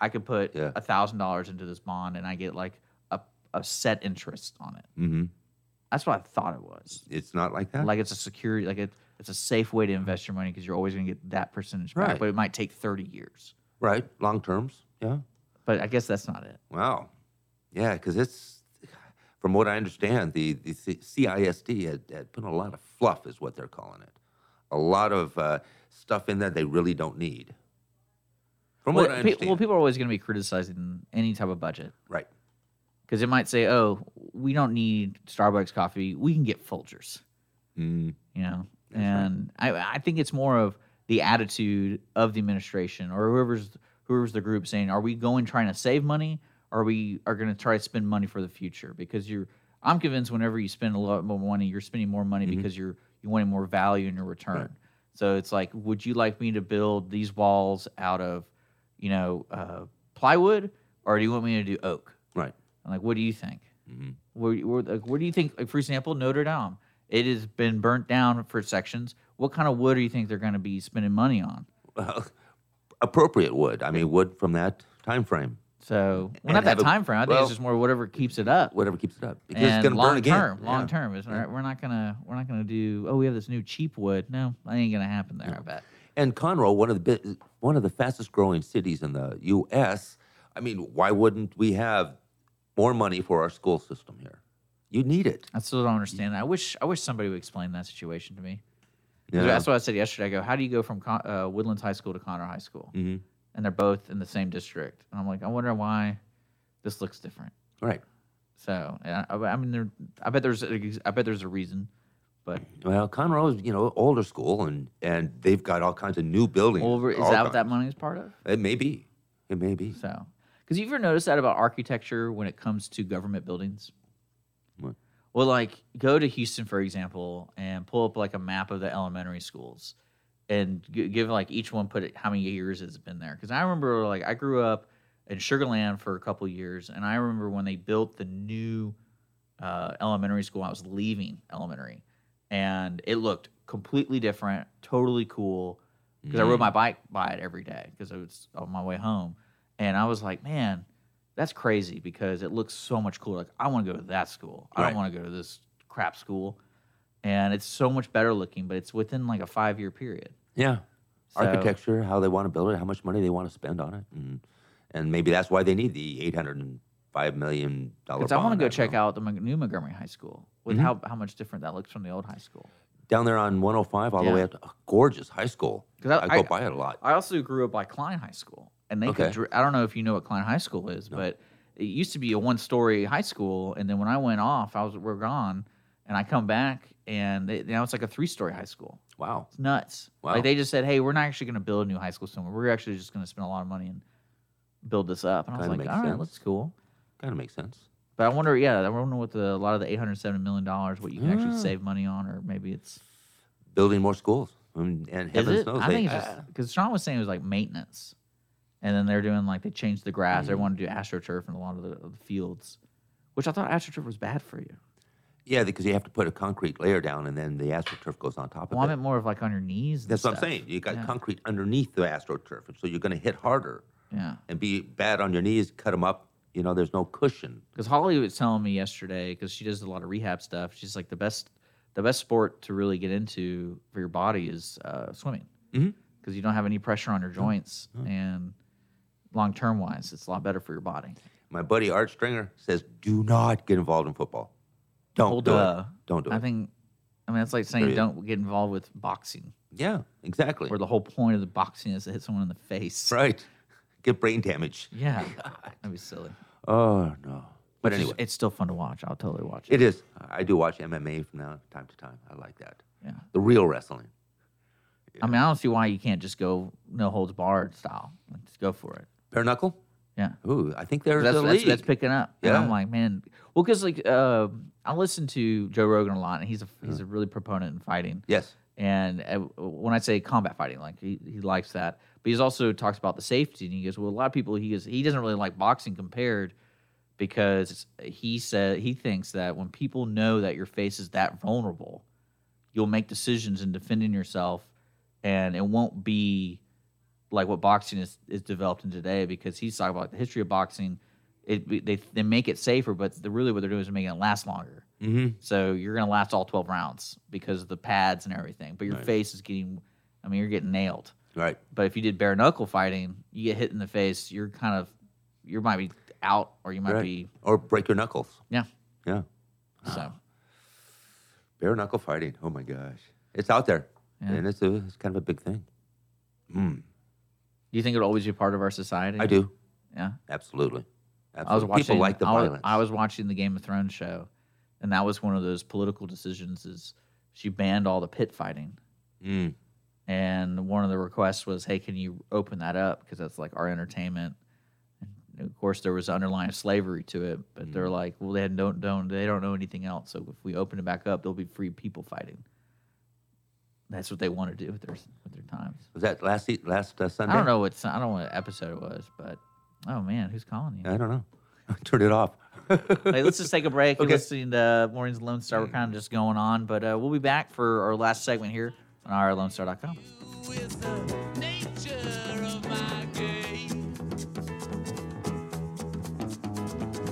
I could put
Yeah.
a thousand dollars into this bond, and I get like a, a set interest on it.
Mhm.
That's what I thought it was.
It's not like that.
Like it's a security, like it, it's a safe way to invest your money because you're always going to get that percentage back,
Right.
but it might take thirty years.
right. Long terms. Yeah.
But I guess that's not it.
Wow. Yeah, because it's, from what I understand, the, the C- CISD had, had put a lot of fluff, is what they're calling it. A lot of uh, stuff in there they really don't need. From
Well,
what I
pe-
understand.
well, people are always going to be criticizing any type of budget.
right.
because it might say, "Oh, we don't need Starbucks coffee. We can get Folgers,"
Mm,
you know.
That's right.
and I, I think it's more of the attitude of the administration or whoever's whoever's the group saying, "Are we going trying to save money? Are we are going to try to spend money for the future?" Because you're, I'm convinced, whenever you spend a lot more money, you're spending more money
Mm-hmm.
because you're you wanting more value in your return. So it's like, would you like me to build these walls out of, you know, uh, plywood, or do you want me to do oak?
right. mm-hmm.
I'm like, what do you think? Where, where, like, where do you think, like, for example, Notre Dame? It has been burnt down for sections. What kind of wood do you think they're going to be spending money on?
Well, [laughs] appropriate wood. I mean, wood from that time frame,
So, well,
And
not that
have a-
time frame. I think
well-
it's just more whatever keeps it up.
whatever keeps it up. Because
and
it's going to
long
burn again.
term, long
Yeah.
term, is we're not gonna we're not gonna do. Oh, we have this new cheap wood. No, that ain't gonna happen there. I bet.
And Conroe, one of the bi- one of the fastest growing cities in the U.S. I mean, why wouldn't we have more money for our school system here? You need it.
I still don't understand that. I wish I wish somebody would explain that situation to me. 'Cause
Yeah.
That's what I said yesterday. I go, how do you go from Con- uh, Woodlands High School to Conner High School?
Mhm.
And they're both in the same district. And I'm like, I wonder why this looks different.
Right.
So and I, I mean, there, I bet there's a, I bet there's a reason, but
Well, Conroe's you know older school, and and they've got all kinds of new buildings.
over is
all
that what that
kinds.
money is part of?
It may be. It may be.
So, because you ever noticed that about architecture when it comes to government buildings?
What?
Well, like go to Houston for example, and pull up like a map of the elementary schools, and g- give like each one put it how many years it's been there. Because I remember like I grew up in Sugar Land for a couple years, and I remember when they built the new uh, elementary school. I was leaving elementary, and it looked completely different, totally cool. Because I rode
Mm.
my bike by it every day because I was on my way home, and I was like, man, that's crazy because it looks so much cooler. Like I want to go to that school. I
Right.
don't want to go to this crap school, and it's so much better looking. But it's within like a five year period.
Mm-hmm. Yeah.
So-
Architecture, how they want to build it, how much money they want to spend on it, and, and maybe that's why they need the eight hundred and five million dollar.
Because I want to go check out the Mon- new Montgomery High School with
Mm-hmm.
how, how much different that looks from the old high school.
down there on one hundred five all
Yeah.
the way up. To, a gorgeous high school.
'Cause I-
I go
I-
by it a lot.
I also grew up by Klein High School, and they
Okay.
could. dr- I don't know if you know what Klein High School is, but it used to be a one story high school, and then when I went off, I was we're gone, and I come back, and they, now it's like a three story high school.
Wow.
It's nuts.
Wow.
Like they just said, hey, we're not actually going to build a new high school somewhere. We're actually just going to spend a lot of money and build this up. And I was
Kinda
like,
makes
all right,
sense.
looks cool.
Kind of makes sense.
But I wonder, yeah, I wonder what the, a lot of the eight hundred seven million dollars, what you can actually
Yeah.
save money on, or maybe it's
building more schools. I mean, and
is
heavens
it?
knows
I
they,
think it's just because Sean was saying it was like maintenance, and then they're doing like they changed the grass.
Mm-hmm.
They want to do astroturf in a lot of the, of the fields, which I thought astroturf was bad for you.
yeah, because you have to put a concrete layer down, and then the astroturf goes on top of
Well, I
it.
meant more of like on your knees. and
That's what I'm
stuff.
saying. You got
Yeah.
concrete underneath the astroturf, and so you're going to hit harder
Yeah.
and be bad on your knees. Cut them up. You know, there's no cushion.
because Holly was telling me yesterday because she does a lot of rehab stuff. She's like the best, the best sport to really get into for your body is uh, swimming because
Mhm.
you don't have any pressure on your
Mm-hmm.
joints and long term wise, it's a lot better for your body.
My buddy Art Stringer says, "Do not get involved in football. Don't
Well,
do
duh.
it. Don't do
I
it."
think, I mean, it's like saying
Period.
don't get involved with boxing,
yeah, exactly.
where the whole point of the boxing is to hit someone in the face.
[laughs] Right. Get brain damage. [laughs]
Yeah, that'd be silly.
Oh no. But
It's just-
anyway,
it's still fun to watch. I'll totally watch it.
it is. I do watch MMA from now time to time. I like that.
Yeah.
The real wrestling.
I mean, I don't see why you can't just go no holds barred style. Like, just go for it.
Bare knuckle.
Yeah.
Ooh, I think there's
that's,
a
that's,
league.
that's picking up. And I'm
Yeah.
like, man, well, because like uh, I listen to Joe Rogan a lot, and he's a he's a really proponent in fighting.
yes.
And uh, when I say combat fighting, like he, he likes that, but he's also talks about the safety, and he goes, well, a lot of people he is he doesn't really like boxing compared because he said he thinks that when people know that your face is that vulnerable, you'll make decisions in defending yourself, and it won't be like what boxing is, is developed in today because he's talking about the history of boxing. It they they make it safer, but the, really what they're doing is making it last longer.
Mm-hmm.
So you're gonna last all twelve rounds because of the pads and everything. But your
Right.
face is getting, I mean, you're getting nailed.
Right.
But if you did bare knuckle fighting, you get hit in the face, you're kind of, you might be out or you might
right.
be
Or break your knuckles.
yeah.
Yeah.
So
Bare knuckle fighting. Oh my gosh. It's out there.
Yeah.
And it's a, it's kind of a big thing. Mm,
do you think it'll always be part of our society?
I do.
Yeah.
Absolutely. Absolutely.
I was watching.
People like the
I was,
violence.
I was watching the Game of Thrones show, and that was one of those political decisions. Is she banned all the pit fighting,
Mm,
and one of the requests was, "Hey, can you open that up? Because that's like our entertainment." And of course, there was underlying slavery to it, but
Mm-hmm.
they're like, "Well, they had don't don't they don't know anything else. So if we open it back up, there'll be free people fighting." That's what they want to do with their with their times.
was that last e- last uh, Sunday?
I don't know what I don't know what episode it was, but oh man, who's calling you?
I don't know. [laughs] Turn it off.
Hey, let's just take a break. You're
Okay.
listening to Morning's Lone Star. We're kind of just going on, but uh, we'll be back for our last segment here on IRLoneStar.com.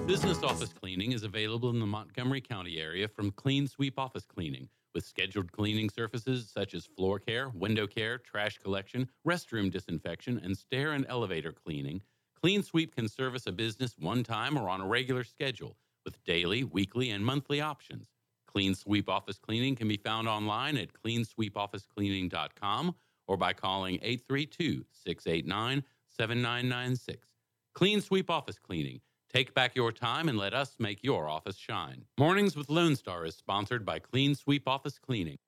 Business office cleaning is available in the Montgomery County area from Clean Sweep Office Cleaning with scheduled cleaning services such as floor care, window care, trash collection, restroom disinfection, and stair and elevator cleaning. Clean Sweep can service a business one time or on a regular schedule with daily, weekly, and monthly options. Clean Sweep Office Cleaning can be found online at cleansweepofficecleaning.com or by calling 832 689 7996. Clean Sweep Office Cleaning. Take back your time and let us make your office shine. Mornings with Lone Star is sponsored by Clean Sweep Office Cleaning.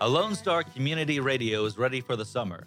A Lone Star Community Radio is ready for the summer.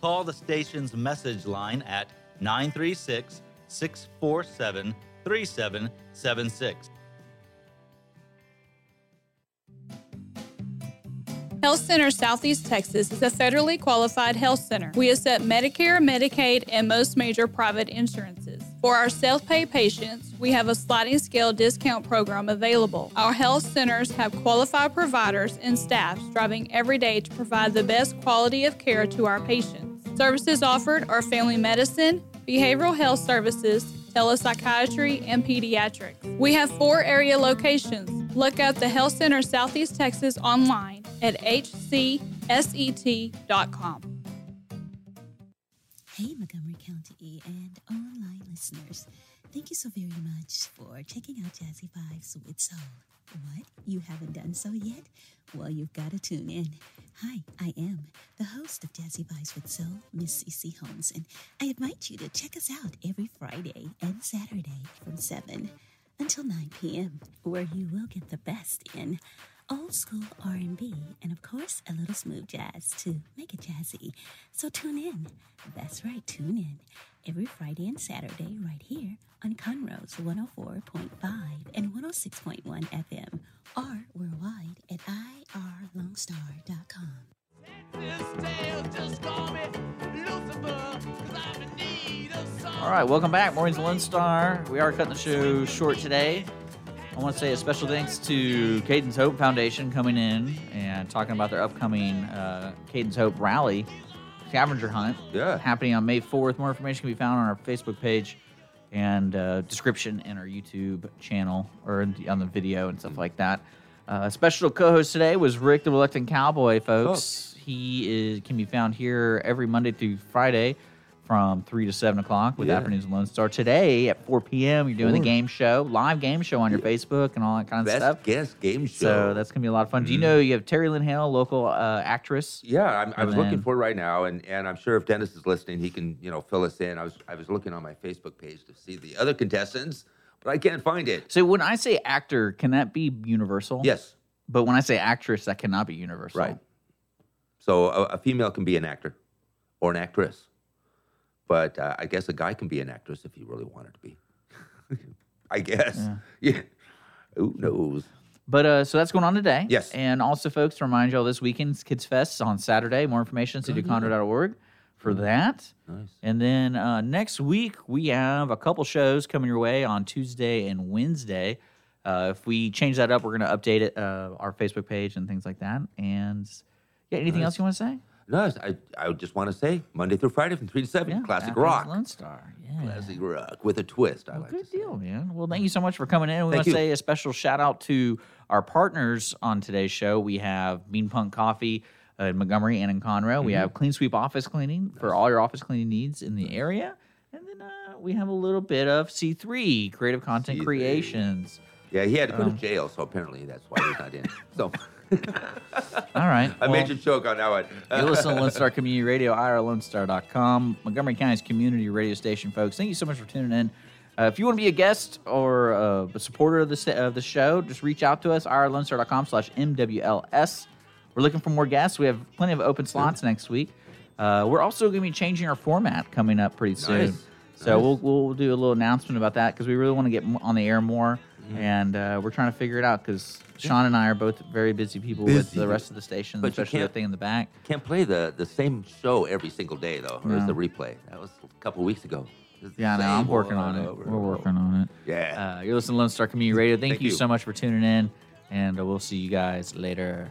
call the station's message line at 936 647 3776.
Health Center Southeast Texas is a federally qualified health center. We accept Medicare, Medicaid, and most major private insurances. For our self pay patients, we have a sliding scale discount program available. Our health centers have qualified providers and staff striving every day to provide the best quality of care to our patients. Services offered are family medicine, behavioral health services, telepsychiatry, and pediatrics. We have four area locations. Look up the Health Center Southeast Texas online at hcset.com.
Hey, Montgomery County E and online listeners. Thank you so very much for checking out Jazzy Vibes with Soul. What? You haven't done so yet? Well, you've got to tune in. Hi, I am the host of Jazzy Vibes with Soul, Miss Cece Holmes, and I invite you to check us out every Friday and Saturday from 7 until 9 p.m., where you will get the best in old school R&B and, of course, a little smooth jazz to make it jazzy. So tune in. That's right, tune in every Friday and Saturday right here on Conroe's 104.5 and 106.1 FM or worldwide at irlongstar.com.
All right, welcome back, Maureen's Lone Star. We are cutting the show short today. I want to say a special thanks to Cadence Hope Foundation coming in and talking about their upcoming uh, Cadence Hope Rally scavenger hunt. Yeah, happening on May fourth. More information can be found on our Facebook page and uh, description in our YouTube channel or in the- on the video and
Mm.
stuff like that. Uh, special co-host today was Rick the Reluctant Cowboy, folks. He is can be found here every Monday through Friday from three to seven o'clock with
Yeah.
Afternoons and Lone Star. Today at four p.m. You're doing
Four.
the game show, live game show on your Facebook and all that kind of
Best
stuff.
guest game show.
So that's gonna be a lot of fun. Do you
Mm-hmm.
know you have Terry Lynn Hale, local uh, actress?
Yeah, I'm, I
And
was
then-
looking for it right now, and, and I'm sure if Dennis is listening, he can you know fill us in. I was I was looking on my Facebook page to see the other contestants, but I can't find it.
So when I say actor, can that be universal?
Yes.
But when I say actress, that cannot be universal.
Right. So a, a female can be an actor or an actress, but uh, I guess a guy can be an actress if he really wanted to be. [laughs] I guess. [laughs] Yeah. Who knows?
But uh, so that's going on today.
Yes.
And also, folks, to remind y'all this weekend's Kids Fest is on Saturday. More information at cityconro.org for that.
Mm-hmm. Nice.
And then uh, next week, we have a couple shows coming your way on Tuesday and Wednesday. Uh, if we change that up, we're going to update it, uh, our Facebook page and things like that. And yeah, anything
Nice.
else you want to say?
No, I, I just want to say Monday through Friday from three to seven, classic
Athens
rock,
Lone Star. Yeah.
classic rock with a twist. I like.
Good deal, man. Well, thank you so much for coming in. We
Thank
want to
you.
say a special shout out to our partners on today's show. We have Bean Punk Coffee uh, in Montgomery and in Conroe. We
Mhm.
have Clean Sweep Office Cleaning for all your office cleaning needs in the area. And then uh, we have a little bit of C3 Creative Content
C3.
Creations.
Yeah, he had to go to
Um,
jail, so apparently that's why
[laughs]
he's not in. So [laughs]
All right.
I
well-
made you choke on that one.
you listen to Lone Star Community Radio, irlonestar.com, Montgomery County's community radio station, folks. Thank you so much for tuning in. Uh, if you want to be a guest or uh, a supporter of the, sta- of the show, just reach out to us, irlonestar.com slash MWLS. We're looking for more guests. We have plenty of open slots next week. Uh, we're also going to be changing our format coming up pretty soon.
Nice.
So
Nice.
we'll, we'll do a little announcement about that because we really want to get m- on the air more.
Mm-hmm.
And uh, we're trying to figure it out because Sean and I are both very busy people with
Busy.
the rest of the station,
But you
especially that
can't-
thing in the back.
[laughs] Can't play the, the same show every single day though. Or is
No.
the replay? That was a couple weeks ago. It's the
Yeah, no, I'm
same
working
over
on
and
it.
over
We're
and
working on it.
Yeah.
Uh, you're listening to Lone Star Community Radio. Thank,
Thank
you,
you.
so much for tuning in, and uh, we'll see you guys later.